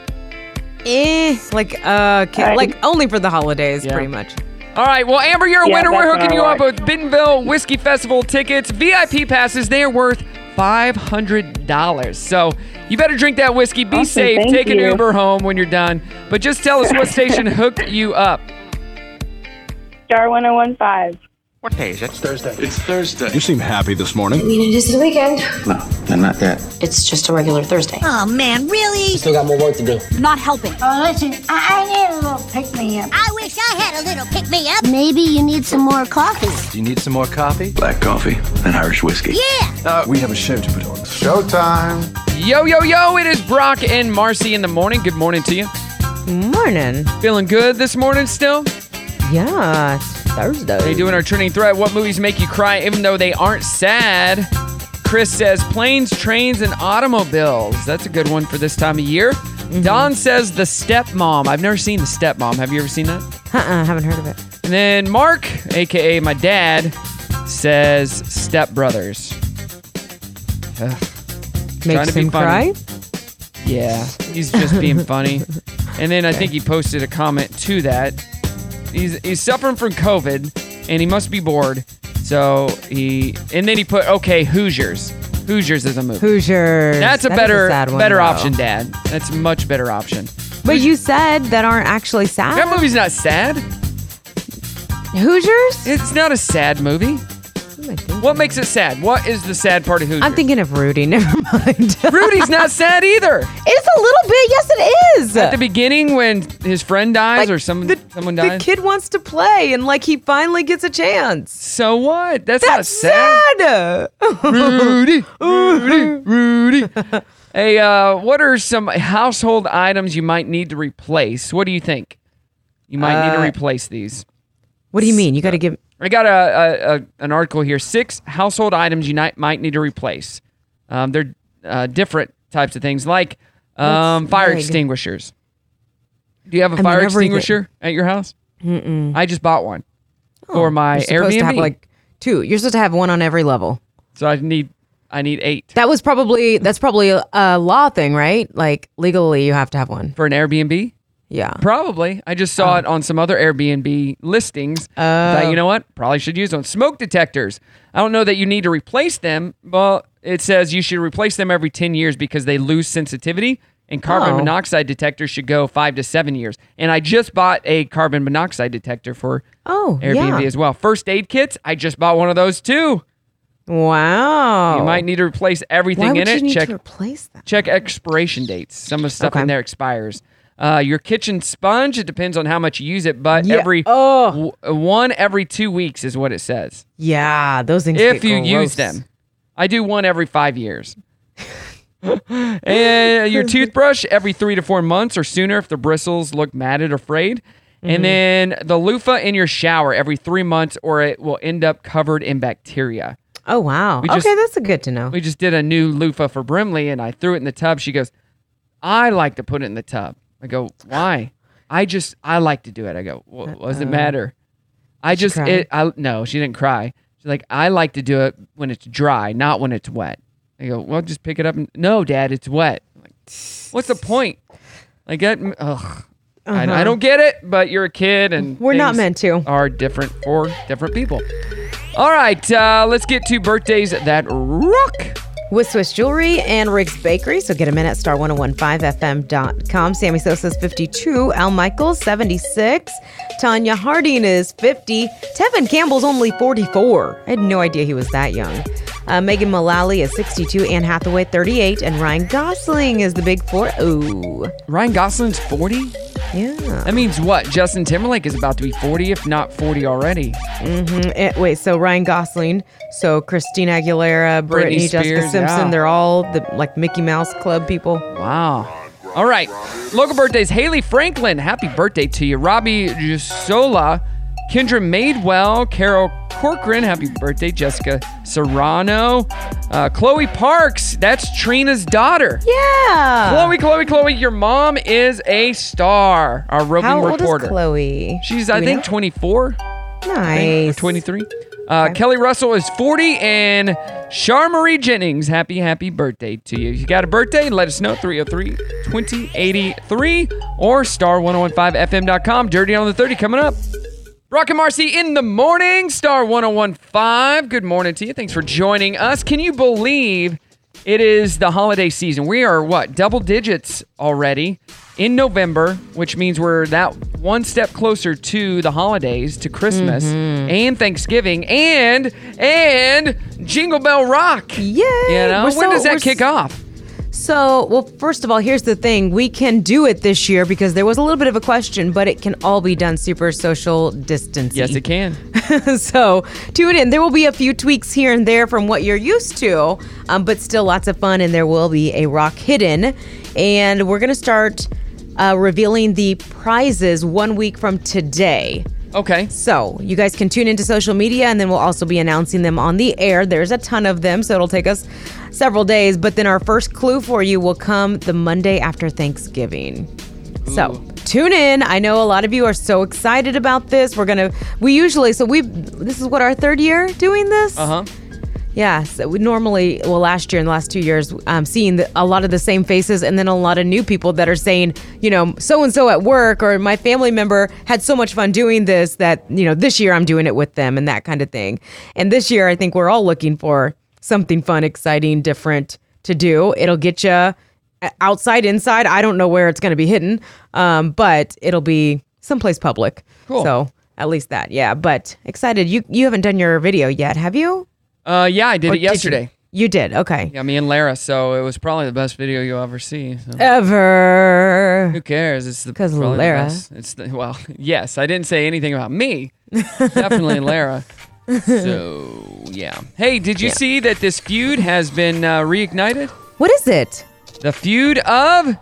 Eh, like uh, ca- like only for the holidays, pretty much. All right. Well, Amber, you're a Yeah, winner. that's We're hooking what I you up with Bentonville Whiskey Festival tickets, VIP passes. They are worth $500. So you better drink that whiskey. Be Awesome, safe. thank Take an you. Uber home when you're done. But just tell us what station hooked you up. Star 1015. What day is it? Thursday. It's Thursday. You seem happy this morning. mean, it is the weekend. And not yet. It's just a regular Thursday. Oh man, really? Still got more work to do. Not helping. Oh, listen, I, I need a little pick me up. I wish I had a little pick me up. Maybe you need some more coffee. Do you need some more coffee? Black coffee and Irish whiskey. Yeah! Uh, we have a show to put on. Showtime. Yo, yo, yo, it is Brock and Marcy in the morning. Good morning to you. Morning. Feeling good this morning still? Yeah, it's Thursday. They doing our trending thread. What movies make you cry even though they aren't sad? Chris says planes, trains, and automobiles. That's a good one for this time of year. Don says the stepmom. I've never seen the stepmom. Have you ever seen that? Uh-uh, haven't heard of it. And then Mark, aka my dad, says stepbrothers. Ugh. Trying to Makes be him funny. cry. Yeah, he's just being funny. And then I think he posted a comment to that. He's he's suffering from COVID, and he must be bored. So he and then he put okay Hoosiers. Hoosiers is a movie. Hoosiers. That's a That is better sad one, better though. option, Dad. That's a much better option. But you said that aren't actually sad. That movie's not sad. Hoosiers? It's not a sad movie. What makes it sad? What is the sad part of Hoosiers? I'm thinking of Rudy. Never mind. Rudy's not sad either. It's a little bit. Yes, it is. At the beginning, when his friend dies or some, someone the dies, kid wants to play, and like he finally gets a chance. So what? That's, not sad. sad. Rudy, Rudy, Rudy. hey, uh, what are some household items you might need to replace? What do you think? You might need to Uh, replace these. What do you mean? You got to give. I got a, a, a an article here. Six household items you might might need to replace. Um, they're uh, different types of things, like um, That's fire big. extinguishers. Do you have a I mean, fire everything. extinguisher at your house? Mm-mm. Oh, I just bought one for my You're supposed Uh, Airbnb. to have like two. You're supposed to have one on every level. so I need I need eight. That was probably that's probably a, a law thing, right? Like legally, you have to have one for an Airbnb. Yeah, Probably. I just Oh. saw it on some other Airbnb listings. I thought, you know what? Probably should use them. Smoke detectors. I don't know that you need to replace them. Well, it says you should replace them every 10 years because they lose sensitivity, and carbon Oh. monoxide detectors should go five to seven years. And I just bought a carbon monoxide detector for Oh, Airbnb yeah. as well. First aid kits. I just bought one of those too. Wow. You might need to replace everything Oh. Why would in you it. need Check to replace that. check expiration dates. Some of the stuff in Okay. there expires. Uh, your kitchen sponge, it depends on how much you use it, but Yeah. every oh. one every two weeks is what it says. Yeah, those things. If get you gross. use them, I do one every five years. and your toothbrush every three to four months or sooner if the bristles look matted or frayed. Mm-hmm. Mhm. And then the loofah in your shower every three months or it will end up covered in bacteria. Oh wow. We Okay, just- that's a good to know. We just did a new loofah for Brimley, and I threw it in the tub. She goes, "I like to put it in the tub." I go, "Why?" I just I like to do it. I go, "Wha- "What does it Uh-oh. matter?" I just cry? it. I no, she didn't cry. She's like, "I like to do it when it's dry, not when it's wet." I go, "Well, just pick it up." And, no, Dad, it's wet. I'm like, what's the point? Like that. Ugh. I, I Uh-huh. don't get it, but you're a kid, and We're not things meant to. Are different for different people. All right, uh, let's get to birthdays that rock. with Swiss Jewelry and Riggs Bakery. So get them in at star1015fm.com. Sammy Sosa's 52, Al Michaels 76, Tanya Harding is 50, Tevin Campbell's only 44. I had no idea he was that young. Uh, Megan Mullally is 62, Anne Hathaway 38, and Ryan Gosling is the big 4 0. Ryan Gosling's 40? Yeah. That means what? Justin Timberlake is about to be 40, if not 40 already. Mm-hmm. wait, so Ryan Gosling, so Christina Aguilera, Brittany, Britney Jessica Spears, Simpson, yeah. they're all the like Mickey Mouse Club people. Wow. All right. Local birthdays Haley Franklin, happy birthday to you. Robbie Jusola, Kendra Madewell, Carol Corcoran, happy birthday. Jessica Serrano, uh, Chloe Parks, that's Trina's daughter. Yeah. Chloe, Chloe, Chloe, your mom is a star. Our roving How old is reporter. Chloe? She's, Do I we think, know? 24. I think, or Nice. 23. Uh, Kelly Russell is 40, and Char Marie Jennings, happy, happy birthday to you. If you got a birthday, let us know 303 2083 or star1015fm.com. Dirty on the 30 coming up. Rock and Marcy in the morning, Star 1015. Good morning to you. Thanks for joining us. Can you believe it is the holiday season? We are what? Double digits already in November, which means we're that one step closer to the holidays, to Christmas Mm-hmm. and Thanksgiving and and Jingle Bell Rock. Yeah. You know, We're when so- does we're that s- kick off? So, well, first of all, here's the thing. We can do it this year because there was a little bit of a question, but it can all be done super social distancing. Yes, it can. so, tune in. There will be a few tweaks here and there from what you're used to, um, but still lots of fun, and there will be a rock hidden. And we're going to start uh, revealing the prizes one week from today. Okay. So you guys can tune into social media and then we'll also be announcing them on the air. There's a ton of them, so it'll take us several days. But then our first clue for you will come the Monday after Thanksgiving. So tune in. I know a lot of you are so excited about this. We're gonna we usually so we this is what our third year doing this. Uh huh. Yeah, so we normally, well, last year and the last two years, um, seeing the, a lot of the same faces and then a lot of new people that are saying, you know, so and so at work or my family member had so much fun doing this that, you know, this year I'm doing it with them and that kind of thing. And this year, I think we're all looking for something fun, exciting, different to do. It'll get you outside, inside. I don't know where it's going to be hidden, um, but it'll be someplace public. Cool. So at least that, yeah. But excited. You you haven't done your video yet, have you? Uh, yeah, I did Or it you? yesterday. You did. Okay. Yeah, me and Lara, so it was probably the best video you'll ever see. so. Ever. Who cares? It's the 'Cause probably the Lara. best. It's the, well, yes. I didn't say anything about me. Definitely Lara. So yeah. Hey, did you Yeah. see that this feud has been uh, reignited? What is it? The feud of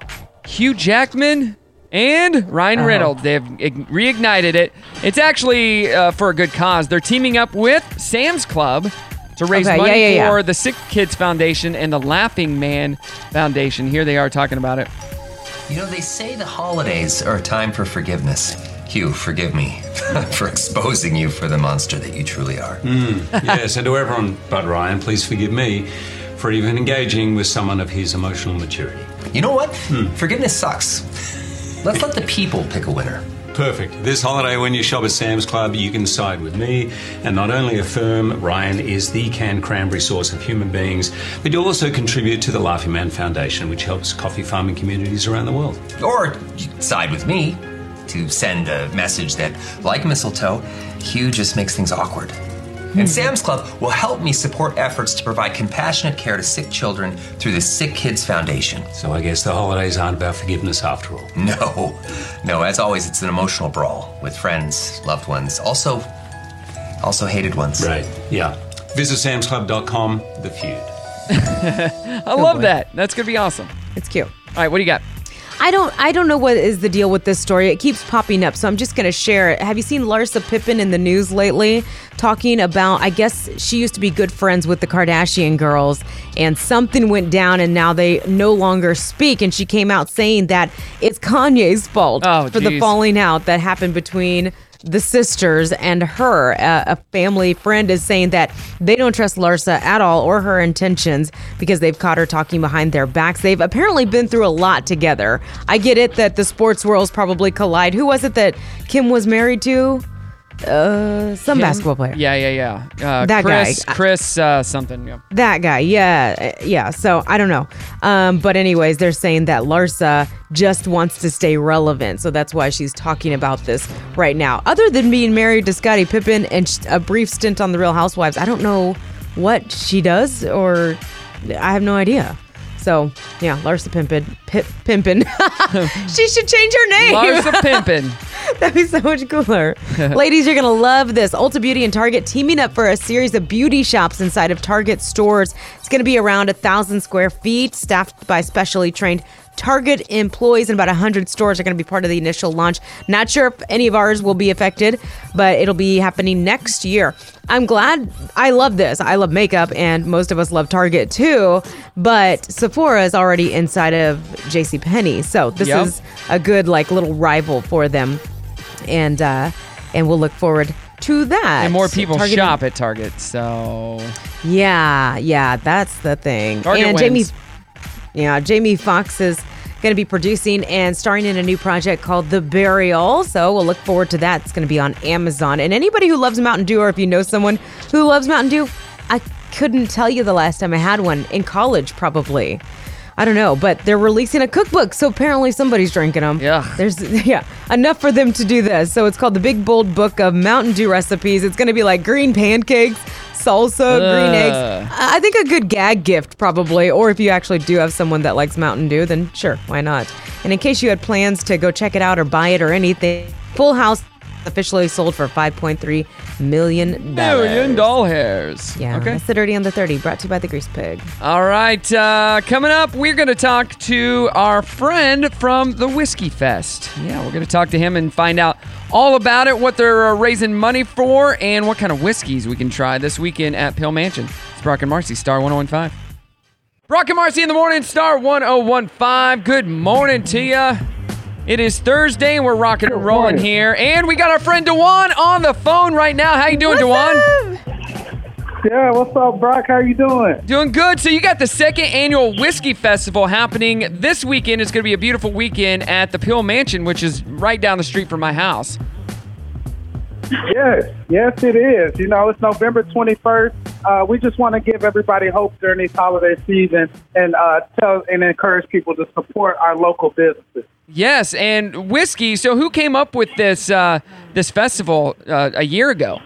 Hugh Jackman and Ryan Oh. Reynolds. They've ig- reignited it. It's actually uh, for a good cause. They're teaming up with Sam's Club to raise Okay, yeah, money yeah, yeah. for the Sick Kids Foundation and the Laughing Man Foundation. Here they are talking about it. You know, they say the holidays are a time for forgiveness. Hugh, forgive me for exposing you for the monster that you truly are. Mm, yes, and to everyone but Ryan, please forgive me for even engaging with someone of his emotional maturity. Hmm. You know what? Forgiveness sucks. Let's let the people pick a winner. Perfect. This holiday, when you shop at Sam's Club, you can side with me and not only affirm Ryan is the canned cranberry sauce of human beings, but you'll also contribute to the Laughing Man Foundation, which helps coffee farming communities around the world. Or you can side with me to send a message that, like mistletoe, Hugh just makes things awkward. Hmm. And Sam's Club will help me support efforts to provide compassionate care to sick children through the Sick Kids Foundation. So I guess the holidays aren't about forgiveness after all. Hmm. No, no, as always, it's an emotional brawl with friends, loved ones, also also hated ones. Right, yeah. Visit samsclub.com, the feud. Oh, I love that. That's gonna be awesome. It's cute. All right, what do you got? I don't I don't know what is the deal with this story. It keeps popping up, so I'm just gonna share it. Have you seen Larsa Pippen in the news lately talking about I guess she used to be good friends with the Kardashian girls and something went down and now they no longer speak and she came out saying that it's Kanye's fault Oh, for the geez. falling out that happened between the sisters and her. Uh, a family friend is saying that they don't trust Larsa at all or her intentions because they've caught her talking behind their backs. They've apparently been through a lot together. I get it that the sports worlds probably collide. Who was it that Kim was married to? Uh, some Kim? basketball player. Yeah, yeah, yeah. Uh, That guy. Chris, Chris uh, something. Yeah. That guy, yeah, uh, yeah. So I don't know, um, but anyways, they're saying that Larsa just wants to stay relevant, so that's why she's talking about this right now. Other than being married to Scottie Pippen and sh- a brief stint on The Real Housewives, I don't know what she does, or I have no idea. So yeah, Larsa Pimpin, Pip, Pimpin. she should change her name. Larsa Pimpin. That'd be so much cooler. Ladies, you're going to love this. Ulta Beauty and Target teaming up for a series of beauty shops inside of Target stores. It's going to be around a 1,000 square feet, staffed by specially trained Target employees, and about 100 stores are going to be part of the initial launch. Not sure if any of ours will be affected, but it'll be happening next year. I'm glad I love this. I love makeup, and most of us love Target too, but Sephora is already inside of JCPenney. So this Yep. is a good like little rival for them and uh and we'll look forward to that And more people Targeting- shop at Target, so yeah yeah that's the thing Target and wins. jamie yeah jamie fox is going to be producing and starring in a new project called the burial so we'll look forward to that it's going to be on amazon and anybody who loves mountain dew or if you know someone who loves mountain dew i couldn't tell you the last time i had one in college probably I don't know, but they're releasing a cookbook, so apparently somebody's drinking them. Yeah. There's yeah, enough for them to do this. So it's called The Big Bold Book of Mountain Dew Recipes. It's going to be like green pancakes, salsa, green eggs. Ugh. I I think a good gag gift probably, or if you actually do have someone that likes Mountain Dew, then sure, why not? And in case you had plans to go check it out or buy it or anything, Full House officially sold for 5.3 million million doll hairs. Yeah. Okay. That's the dirty on the 30 brought to you by the Grease Pig. All right, uh, coming up, we're going to talk to our friend from the Whiskey Fest. Yeah, we're going to talk to him and find out all about it, what they're uh, raising money for, and what kind of whiskeys we can try this weekend at Pill Mansion. It's Brock and Marcy, Star 1015. Brock and Marcy in the morning, Star 1015. Good morning to you. It is Thursday, and we're rocking and rolling here. And we got our friend Dewan on the phone right now. How you doing, Dewan? Yeah, what's up, Brock? How you doing? Doing good. So you got the second annual whiskey festival happening this weekend. It's going to be a beautiful weekend at the Pill Mansion, which is right down the street from my house. Yes, yes, it is. You know, it's November 21st. Uh, we just want to give everybody hope during this holiday season and uh, tell and encourage people to support our local businesses. Yes, and whiskey. So who came up with this uh, this festival uh, a year ago?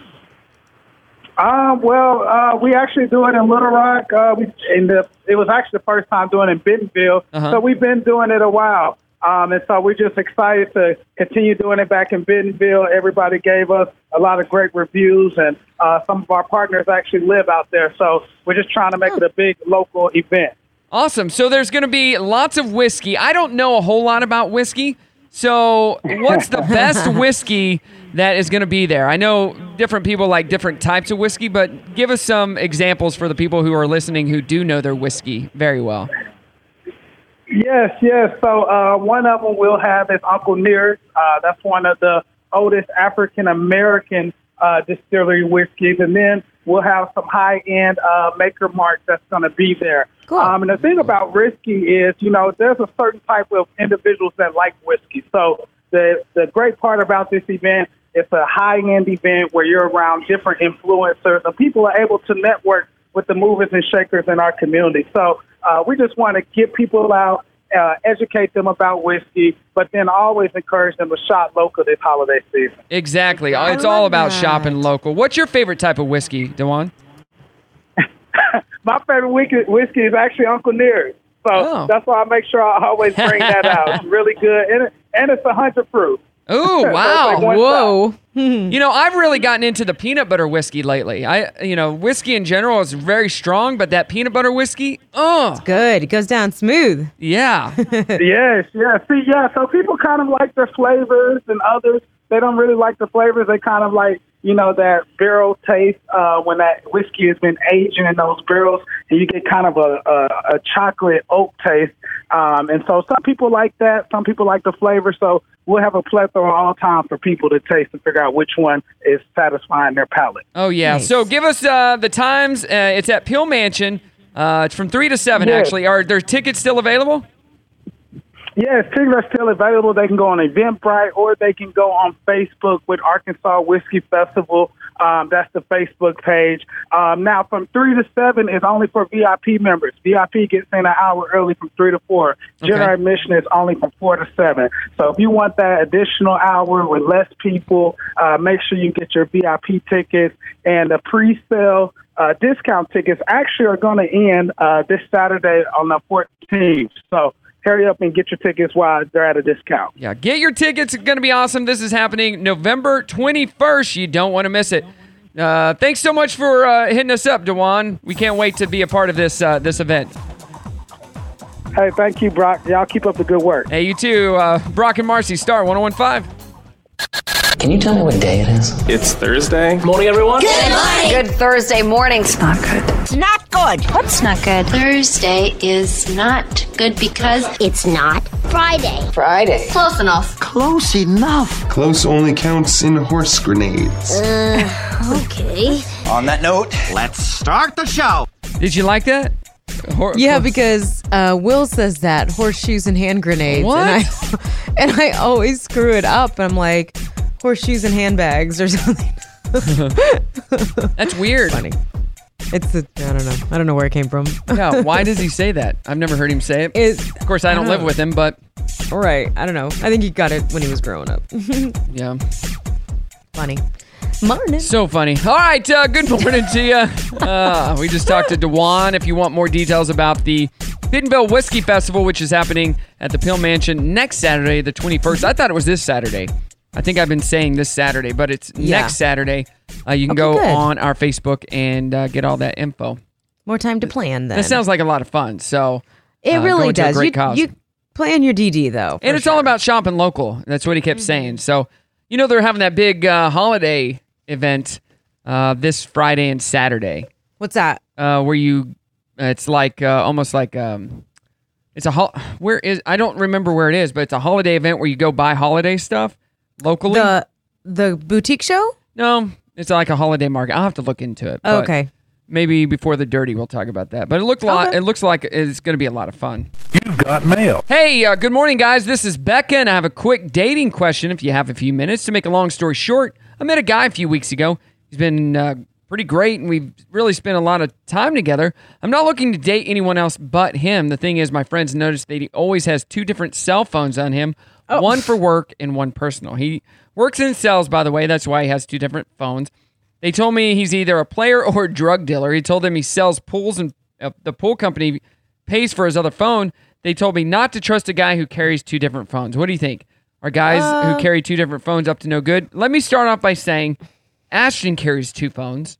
Uh, well, uh, we actually do it in Little Rock. Uh, we, and the, it was actually the first time doing it in Bentonville. Uh-huh. So we've been doing it a while. Um, and so we're just excited to continue doing it back in Bentonville. Everybody gave us a lot of great reviews, and uh, some of our partners actually live out there. So we're just trying to make it a big local event. Awesome. So there's going to be lots of whiskey. I don't know a whole lot about whiskey. So what's the best whiskey that is going to be there? I know different people like different types of whiskey, but give us some examples for the people who are listening who do know their whiskey very well. Yes, yes. So uh, one of them we'll have is Uncle Nearest. Uh, that's one of the oldest African American uh, distillery whiskeys, and then we'll have some high end uh, Maker Mark that's going to be there. Um, and the thing about whiskey is, you know, there's a certain type of individuals that like whiskey. So the the great part about this event, it's a high end event where you're around different influencers, and people are able to network with the movers and shakers in our community. So uh, we just want to get people out, uh, educate them about whiskey, but then always encourage them to shop local this holiday season. Exactly. It's all about shopping local. What's your favorite type of whiskey, Dewan? My favorite whiskey, whiskey is actually Uncle Nearest. So Oh. that's why I make sure I always bring that out. It's really good, and, it- and it's a 100 proof. Ooh, So it's wow. like one Whoa. you know, I've really gotten into the peanut butter whiskey lately. I, you know, whiskey in general is very strong, but that peanut butter whiskey, oh. It's good. It goes down smooth. Yeah. yes, yes. See, yeah. So people kind of like their flavors, and others they don't really like the flavors. They kind of like you know that barrel taste uh, when that whiskey has been aging in those barrels, and you get kind of a a, a chocolate oak taste. Um, and so some people like that. Some people like the flavor. So we'll have a plethora all time for people to taste and figure out which one is satisfying their palate. Oh yeah. So give us uh, the times. Uh, it's at Peel Mansion. Uh, it's from three to seven Yes. actually. Are there tickets still available? Yes, tickets are still available. They can go on Eventbrite or they can go on Facebook with Arkansas Whiskey Festival. Um, that's the Facebook page. Um, now, from 3 to 7 is only for VIP members. VIP gets in an hour early from 3 to 4. General Okay. admission is only from 4 to 7. So if you want that additional hour with less people, uh, make sure you get your VIP tickets. And the pre sale uh, discount tickets actually are going to end uh, this Saturday on the 14th. So hurry up and get your tickets while they're at a discount. Yeah, get your tickets. It's going to be awesome. This is happening November 21st. You don't want to miss it. Uh, thanks so much for uh, hitting us up, Dewan. We can't wait to be a part of this uh, this event. Hey, thank you, Brock. Y'all keep up the good work. Hey, you too. Uh, Brock and Marcy, Star 1015. Can you tell me what day it is? It's Thursday. Morning, everyone. Good morning. Good Thursday morning. It's not good. It's not good. What's not good? Thursday is not good because it's not Friday. Friday. Close enough. Close enough. Close only counts in horse grenades. Uh, okay. On that note, let's start the show. Did you like that? Hor- Yeah, because uh, Will says that horseshoes and hand grenades, and I and I always screw it up. And I'm like horseshoes and handbags or something. That's weird. Funny. It's the I don't know. I don't know where it came from. Yeah, why does he say that? I've never heard him say it. of course, I I don't, don't live know. with him, but. All right. I don't know. I think he got it when he was growing up. yeah. Funny. Morning. So funny. All right. Uh, good morning to you. Uh, we just talked to Dewan. If you want more details about the Bentonville Whiskey Festival, which is happening at the Pill Mansion next Saturday, the 21st. I thought it was this Saturday. I think I've been saying this Saturday, but it's Yeah. next Saturday. Uh, you can go Okay, good. on our Facebook and uh, get all that info. More time to plan then. That sounds like a lot of fun. So it uh, really going to a does. great you, cause. you plan your DD though. and it's all about shopping local. That's what he kept Mm-hmm. saying. So, you know, they're having that big uh, holiday event uh, this Friday and Saturday, What's that? uh, where you, it's like uh, almost like um, it's a hol- where is I don't remember where it is, but it's a holiday event where you go buy holiday stuff locally. The the boutique show? No, it's like a holiday market. I'll have to look into it. but Okay. Maybe before the dirty, we'll talk about that. But it looked lot. It looks like it's going to be a lot of fun. You've got mail. Hey, uh, good morning, guys. This is Becca, and I have a quick dating question if you have a few minutes. To make a long story short, I met a guy a few weeks ago. He's been uh, pretty great, and we've really spent a lot of time together. I'm not looking to date anyone else but him. The thing is, my friends noticed that he always has two different cell phones on him one for work and one personal. He works in sales, by the way. That's why he has two different phones. They told me he's either a player or a drug dealer. He told them he sells pools and uh, the pool company pays for his other phone. They told me not to trust a guy who carries two different phones. What do you think? Are guys Uh, who carry two different phones up to no good? Let me start off by saying Ashton carries two phones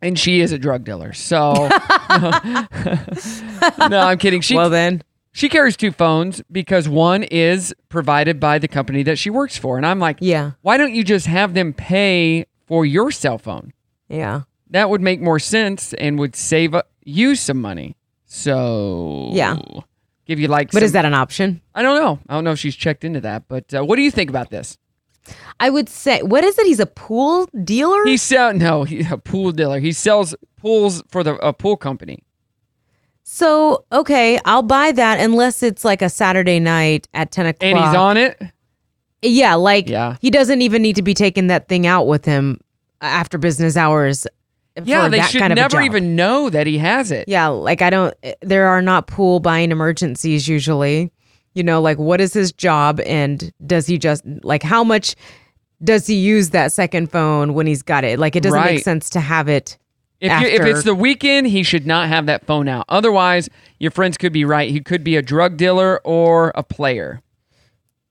and she is a drug dealer. So no, I'm kidding. She, well, then she carries two phones because one is provided by the company that she works for, and I'm like, yeah. Why don't you just have them pay for your cell phone? Yeah. That would make more sense and would save uh, you some money. So Yeah. give you like. But is some- that an option? I don't know. I don't know if she's checked into that, but uh, what do you think about this? I would say what is it? He's a pool dealer? He sell no, he, a pool dealer. He sells pools for the a pool company. So okay, I'll buy that unless it's like a Saturday night at ten o'clock. And he's on it? Yeah, like Yeah. he doesn't even need to be taking that thing out with him after business hours. Yeah, for they that should kind of a never job. even know that he has it. Yeah, like I don't. eh, There are not pool buying emergencies usually. You know, like what is his job and does he just like how much does he use that second phone when he's got it? Like it doesn't Right. make sense to have it. If, you, if it's after- the weekend, he should not have that phone out. Otherwise, your friends could be right. He could be a drug dealer or a player.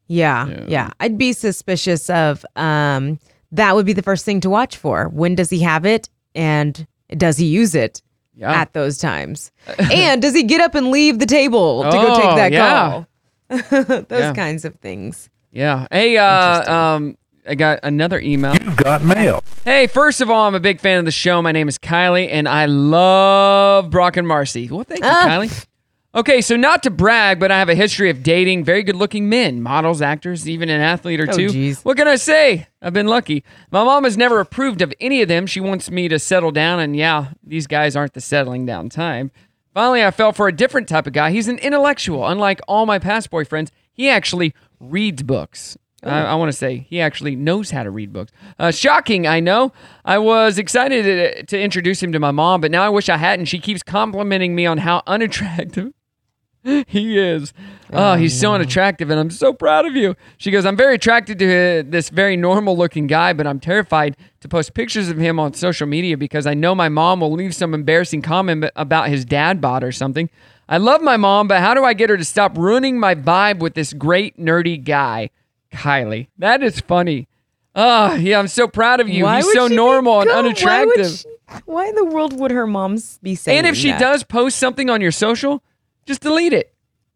Yeah, yeah. I'd be suspicious of um that would be the first thing to watch for. When does he have it and does he use it at those times? and does he get up and leave the table to go Oh, take that yeah. call? those Yeah. kinds of things. Yeah. Hey, uh, um, I got another email. You've got mail. Hey, first of all, I'm a big fan of the show. My name is Kylie, and I love Brock and Marcy. Well, thank you, Ah. Kylie. Okay, so not to brag, but I have a history of dating very good looking men, models, actors, even an athlete or Oh, two. geez. What can I say? I've been lucky. My mom has never approved of any of them. She wants me to settle down, and yeah, these guys aren't the settling down time. If Finally, I fell for a different type of guy. He's an intellectual. Unlike all my past boyfriends, he actually reads books. Oh. I, I want to say he actually knows how to read books. Uh, shocking, I know. I was excited to, to introduce him to my mom, but now I wish I hadn't. She keeps complimenting me on how unattractive he is. Oh, he's so unattractive, and I'm so proud of you. She goes, I'm very attracted to uh, this very normal looking guy, but I'm terrified to post pictures of him on social media because I know my mom will leave some embarrassing comment about his dad bod or something. I love my mom, but how do I get her to stop ruining my vibe with this great nerdy guy, Kylie? That is funny. Oh, yeah, I'm so proud of you. Why he's would so she be normal and go- why would unattractive. she- Why in the world would her mom be saying? And if she that? does post something on your social, just delete it.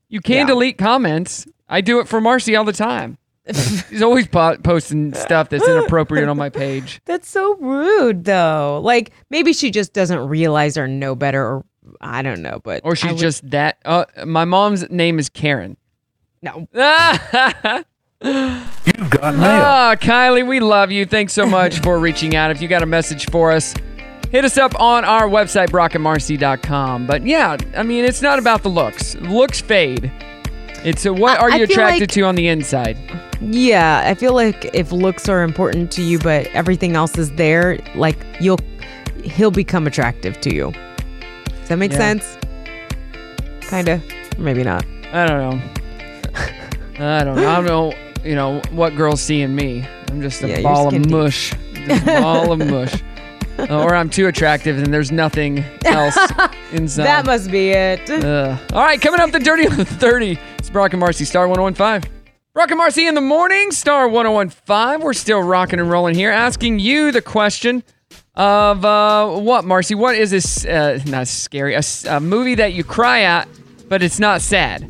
You can delete comments. I do it for Marcy all the time. She's always po- posting stuff that's inappropriate on my page. That's so rude, though. Like maybe she just doesn't realize or know better, or I don't know. But Or she's just that. Uh, my mom's name is Karen. No. You've got mail. Oh, Kylie, we love you. Thanks so much for reaching out. If you got a message for us, hit us up on our website, brockandmarcy.com. But yeah, I mean, it's not about the looks. Looks fade. It's a, what are I you feel attracted like- to on the inside? yeah, I feel like if looks are important to you, but everything else is there, like you'll he'll become attractive to you. Does that make Yeah. sense? Kinda, maybe not. I don't know. I don't know. I don't know. You know what girls see in me. I'm just a Yeah, you're ball of skin deep. mush. Just a ball of mush. Uh, or I'm too attractive and there's nothing else inside. That must be it. Ugh. All right, coming up the dirty on the 30. It's Brock and Marcy, Star 1015. Brock and Marcy in the morning, Star 1015. We're still rocking and rolling here, asking you the question of uh, what, Marcy? What is this? Uh, not scary, a, s- a movie that you cry at, but it's not sad.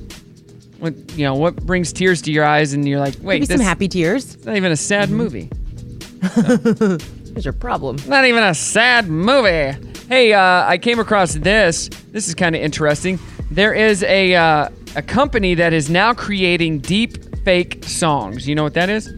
What you know? What brings tears to your eyes, and you're like, wait, Maybe this, some happy tears. It's not even a sad movie. There's your problem. Not even a sad movie. Hey, uh, I came across this. This is kind of interesting. There is a uh, a company that is now creating deep fake songs. You know what that is?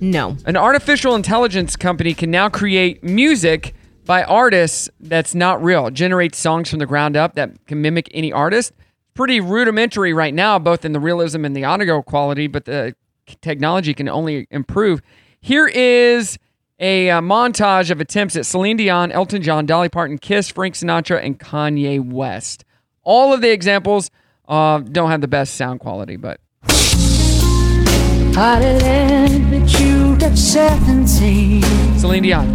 No. An artificial intelligence company can now create music by artists that's not real. It generates songs from the ground up that can mimic any artist. Pretty rudimentary right now, both in the realism and the audio quality, but the technology can only improve. Here is a uh, montage of attempts at Celine Dion, Elton John, Dolly Parton, Kiss, Frank Sinatra, and Kanye West. All of the examples uh, don't have the best sound quality, but I land the chute of 17. Celine Dion.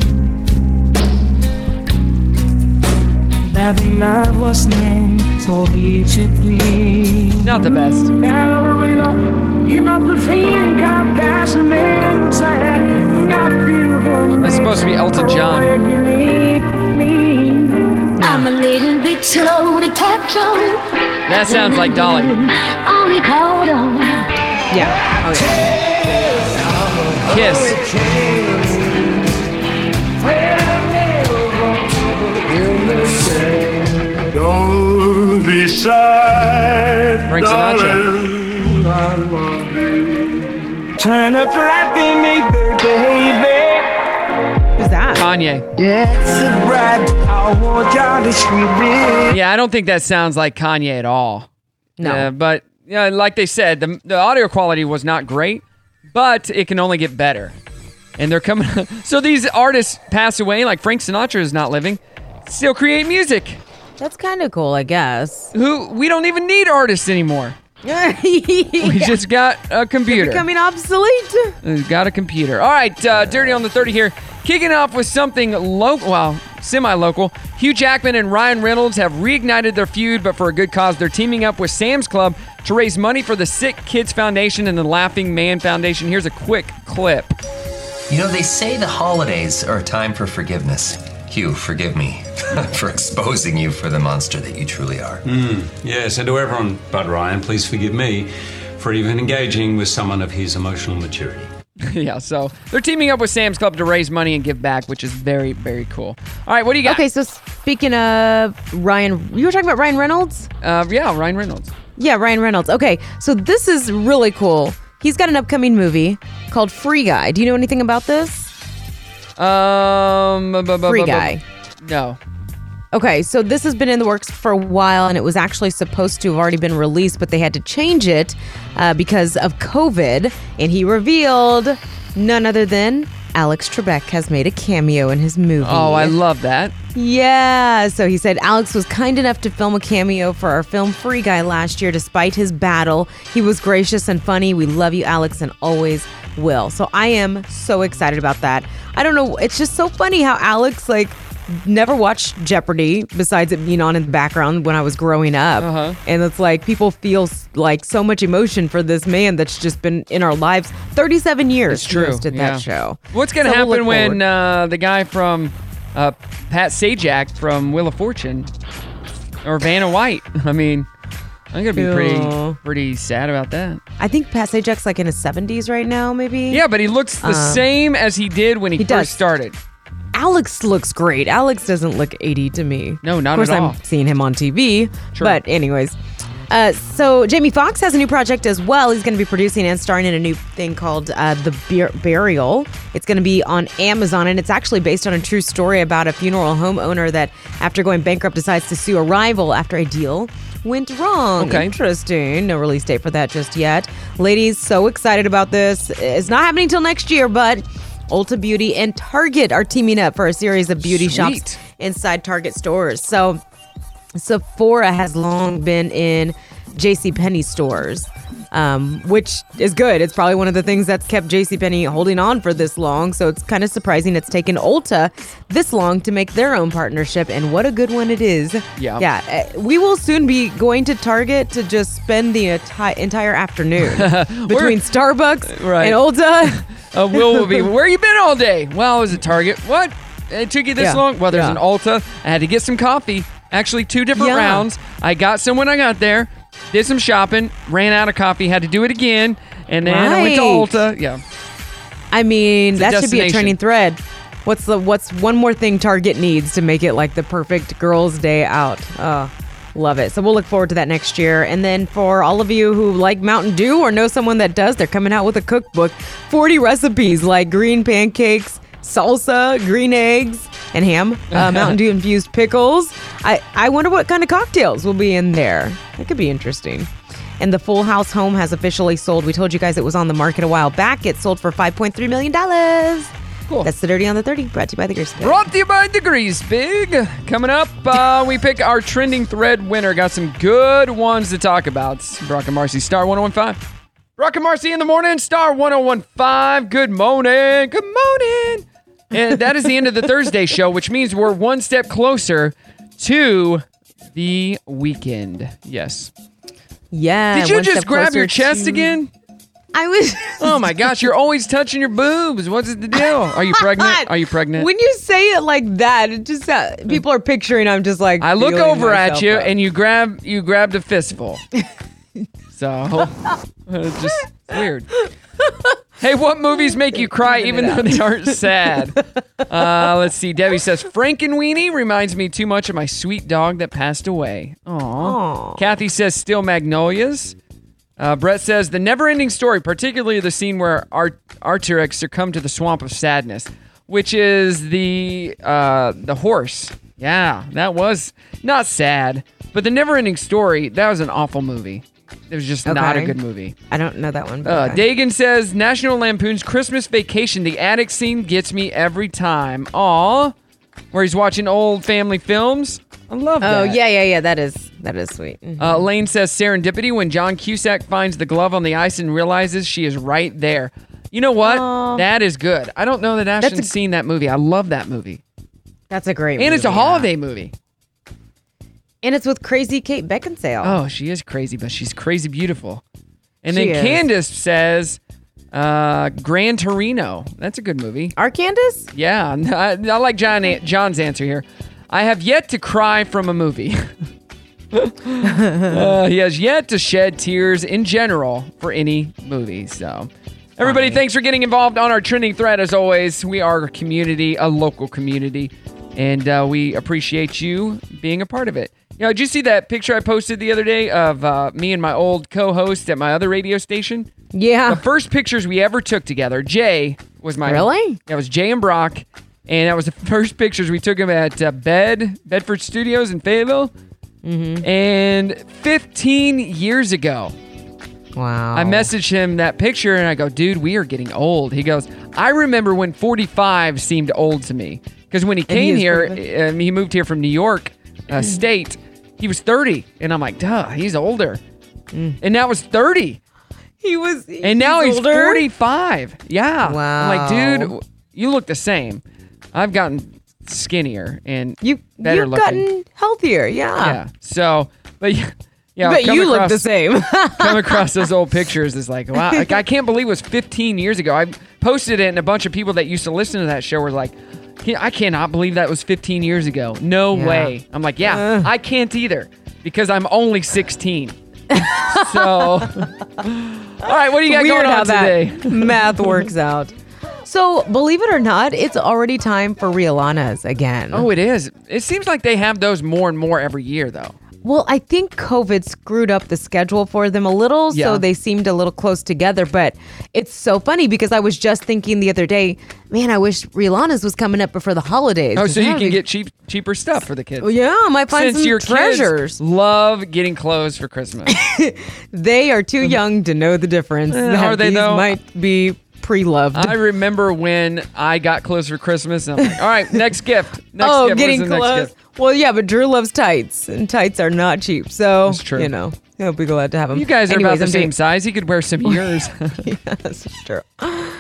That night was named for me to be. Not the It's best. It's supposed to be Elton John. I'm a little bit slow to catch on. that sounds like Dolly. Only hold on. Yeah. Oh, yeah. Kiss. Don't be sad, Frank darling. I love you. Turn up right in me, baby. Who's that? Kanye. Yes, right. I want y'all to sweet Yeah, I don't think that sounds like Kanye at all. No. Uh, but yeah, like they said, the, the audio quality was not great, but it can only get better. And they're coming. so these artists pass away, like Frank Sinatra is not living, still create music. That's kind of cool, I guess. Who we don't even need artists anymore. We we just got a computer. becoming obsolete. He's got a computer. All right, uh, Dirty on the 30 here. Kicking off with something local, well, semi local. Hugh Jackman and Ryan Reynolds have reignited their feud, but for a good cause. They're teaming up with Sam's Club to raise money for the Sick Kids Foundation and the Laughing Man Foundation. Here's a quick clip. You know, they say the holidays are a time for forgiveness. Hugh, forgive me for exposing you for the monster that you truly are. Mm, yes, and to everyone but Ryan, please forgive me for even engaging with someone of his emotional maturity. yeah, so they're teaming up with Sam's Club to raise money and give back, which is very, very cool. All right, what do you got? Okay, so speaking of Ryan, you were talking about Ryan Reynolds? Uh, yeah, Ryan Reynolds. Yeah, Ryan Reynolds. Okay, so this is really cool. He's got an upcoming movie called Free Guy. Do you know anything about this? Um, bu- bu- bu- Free bu- Guy. No. Okay, so this has been in the works for a while, and it was actually supposed to have already been released, but they had to change it uh, because of COVID. And he revealed none other than Alex Trebek has made a cameo in his movie. Oh, I love that. Yeah. So he said Alex was kind enough to film a cameo for our film Free Guy last year despite his battle. He was gracious and funny. We love you, Alex, and always will. So I am so excited about that. I don't know. It's just so funny how Alex, like, never watched Jeopardy besides it being on in the background when I was growing up. Uh-huh. And it's like people feel s- like so much emotion for this man that's just been in our lives 37 years. It's True. Hosted yeah. that show. What's going to So we'll happen look when forward. uh, the guy from uh, Pat Sajak from Wheel of Fortune or Vanna White? I mean, I'm going to be Ew. pretty pretty sad about that. I think Pat Sajak's like in his 70s right now, maybe. Yeah, but he looks the Um, same as he did when he, he first does. started. Alex looks great. Alex doesn't look 80 to me. No, not of course at all. I'm seeing him on TV. But anyways, uh, so Jamie Foxx has a new project as well. He's going to be producing and starring in a new thing called uh, The Bur- Burial. It's going to be on Amazon, and it's actually based on a true story about a funeral home owner that, after going bankrupt, decides to sue a rival after a deal went wrong. Okay. Interesting. No release date for that just yet. Ladies, so excited about this. It's not happening till next year, but Ulta Beauty and Target are teaming up for a series of beauty shops inside Target stores. So Sephora has long been in JCPenney stores. Um, which is good. It's probably one of the things that's kept JCPenney holding on for this long. So it's kind of surprising it's taken Ulta this long to make their own partnership. And what a good one it is. Yeah. Yeah. uh, We will soon be going to Target to just spend the enti- entire afternoon between Starbucks Right. and Ulta. Uh, Will will be, where you been all day? Well, I was at Target. What? It took you this Yeah. long? Well, there's Yeah. an Ulta. I had to get some coffee. Actually, two different Yeah. rounds. I got some when I got there, did some shopping, ran out of coffee, had to do it again, and then I went to Right. Ulta. Yeah. I mean, It's a that should be a destination. trending thread. What's the what's one more thing Target needs to make it like the perfect girls' day out? Oh, love it. So we'll look forward to that next year. And then for all of you who like Mountain Dew or know someone that does, they're coming out with a cookbook, 40 recipes like green pancakes, salsa, green eggs, and ham, uh, Mountain Dew infused pickles. I I wonder what kind of cocktails will be in there. That could be interesting. And the Full House home has officially sold. We told you guys it was on the market a while back. It sold for $5.3 million. Cool. That's the Dirty on the 30, brought to you by the Grease Pig. Brought to you by Degrees Big. Coming up, uh, we pick our trending thread winner. Got some good ones to talk about. It's Brock and Marcy, Star 1015. Brock and Marcy in the morning, Star 1015. Good morning. Good morning. And that is the end of the Thursday show, which means we're one step closer to the weekend. Yes. Yeah. Did you one just step grab your closer chest to- again? I was. Oh my gosh, you're always touching your boobs. What's the deal? Are you pregnant? Are you pregnant? When you say it like that, it just uh, people are picturing I'm just like. I look over at you and you grab you grabbed a fistful. so it's just weird. Hey, what movies make you cry even though they aren't sad? Uh, let's see. Debbie says Frankenweenie reminds me too much of my sweet dog that passed away. Aww. Kathy says Still Magnolias. Uh, Brett says the never-ending story, particularly the scene where Art- Arturix succumbed to the swamp of sadness, which is the uh, the horse. Yeah, that was not sad, but the never-ending story. That was an awful movie. It was just not a Okay. good movie. I don't know that one. But Uh, okay. Dagan says National Lampoon's Christmas Vacation. The attic scene gets me every time. Aw, where he's watching old family films. I love Oh that. yeah, yeah, yeah. That is that is sweet. Mhm. Uh, Lane says serendipity when John Cusack finds the glove on the ice and realizes she is right there. You know what? That is good. I don't know that Ashton's seen that movie. I love that movie. That's a great. And it's a movie, yeah. holiday movie. And it's with crazy Kate Beckinsale. Oh, she is crazy, but she's crazy beautiful. And She then is. Candace says uh, Gran Torino. That's a good movie. Our Candace? Yeah. I, I like John, John's answer here. I have yet to cry from a movie. uh, he has yet to shed tears in general for any movie. So, everybody, thanks for getting involved on our trending thread. As always, we are a community, a local community, and uh, we appreciate you being a part of it. You know, did you see that picture I posted the other day of uh, me and my old co-host at my other radio station? Yeah. The first pictures we ever took together, Jay was my Really? That was Jay and Brock, And that was the first pictures we took him at uh, Bed Bedford Studios in Fayetteville. Mm-hmm. And 15 years ago, Wow. I messaged him that picture and I go, dude, we are getting old. He goes, I remember when 45 seemed old to me. Because when he And he came is Mm. here, um, he moved here from New York uh, State, he was 30. And I'm like, duh, he's older. Mm. And that was 30. He was. and now he's older? 45. Yeah. Wow. I'm like, Wow. dude, you look the same. I've gotten skinnier and you better You've looking. gotten healthier. Yeah. Yeah. So, but yeah, yeah, But come you look the across- same. come across those old pictures is like, wow, like, I can't believe it was 15 years ago. I posted it, and a bunch of people that used to listen to that show were like, "Can- I cannot believe that was 15 years ago. No Yeah. way. I'm like, yeah, I can't either because I'm only 16. so, all right, what do you got Weird going how on today? that math works out. So, believe it or not, it's already time for Rialanas again. Oh, it is. It seems like they have those more and more every year, though. Well, I think COVID screwed up the schedule for them a little, Yeah. so they seemed a little close together. But it's so funny because I was just thinking the other day, man, I wish Rialanas was coming up before the holidays. Oh, so That you would can be- get cheap, cheaper stuff for the kids. Yeah, I might find Since some your treasures. Kids love getting clothes for Christmas. They are too young to know the difference. Eh, Mm-hmm. are they, These though? Might be pre-loved. I remember when I got clothes for Christmas, and I'm like, all right, next gift. Next oh, gift. What's getting the next close. gift? Well, yeah, but Drew loves tights, and tights are not cheap. So true. you know he'll be glad to have them. You guys are Anyways, about the I'm same doing- size. He could wear some of yours. that's true. Uh,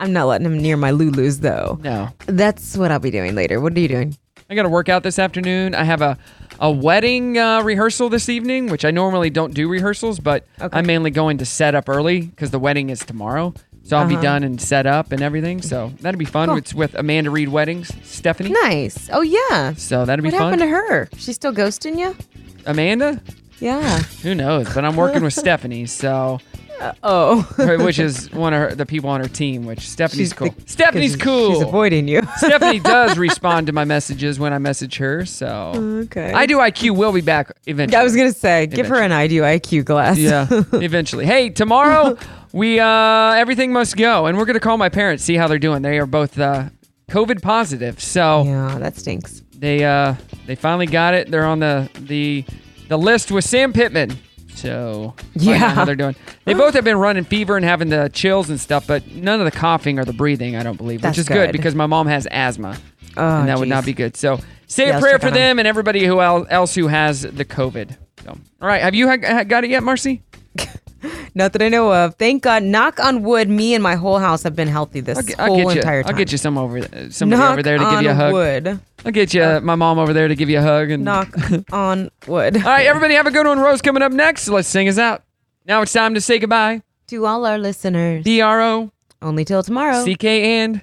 I'm not letting him near my Lulus though. No, that's what I'll be doing later. What are you doing? I got to work out this afternoon. I have a a wedding uh, rehearsal this evening, which I normally don't do rehearsals, but I'm mainly going to set up early because the wedding is tomorrow. So I'll be Uh-huh. done and set up and everything. So that'll be fun. Cool. It's with Amanda Reed Weddings, Stephanie. Nice. Oh yeah. So that'll be What fun. happened to her? She's still ghosting you? Amanda? Yeah. Who knows? But I'm working with Stephanie, so. oh. which is one of her, the people on her team, which Stephanie's cool. the- Stephanie's 'cause cool. She's avoiding you. Stephanie does respond to my messages when I message her, so. Okay. I do IQ will be back eventually. Mm. I was gonna say, give her an I do IQ glass. Yeah, eventually. Hey, tomorrow we uh everything must go, and we're gonna call my parents see how they're doing. They are both uh COVID positive, so yeah, that stinks. They uh they finally got it. They're on the the the list with Sam Pittman. So find out Yeah. how they're doing. They both have been running fever and having the chills and stuff, but none of the coughing or the breathing. I don't believe, That's which is good. good. because my mom has asthma, Oh, and that would not geez. be good. So say a Yeah, let's prayer check for on 'em. them and everybody who el- else who has the COVID. So all right, have you ha- ha- got it yet, Marcy? Not that I know of. Thank God. Knock on wood. Me and my whole house have been healthy this I'll get- I'll whole get you, entire time. I'll get you some over th- somebody Knock over there to give on you a hug. wood. I'll get you my mom over there to give you a hug and Knock on wood. All right, everybody, have a good one. Rose coming up next. Let's sing us out. Now it's time to say goodbye. To all our listeners. DRO. Only till tomorrow. CK and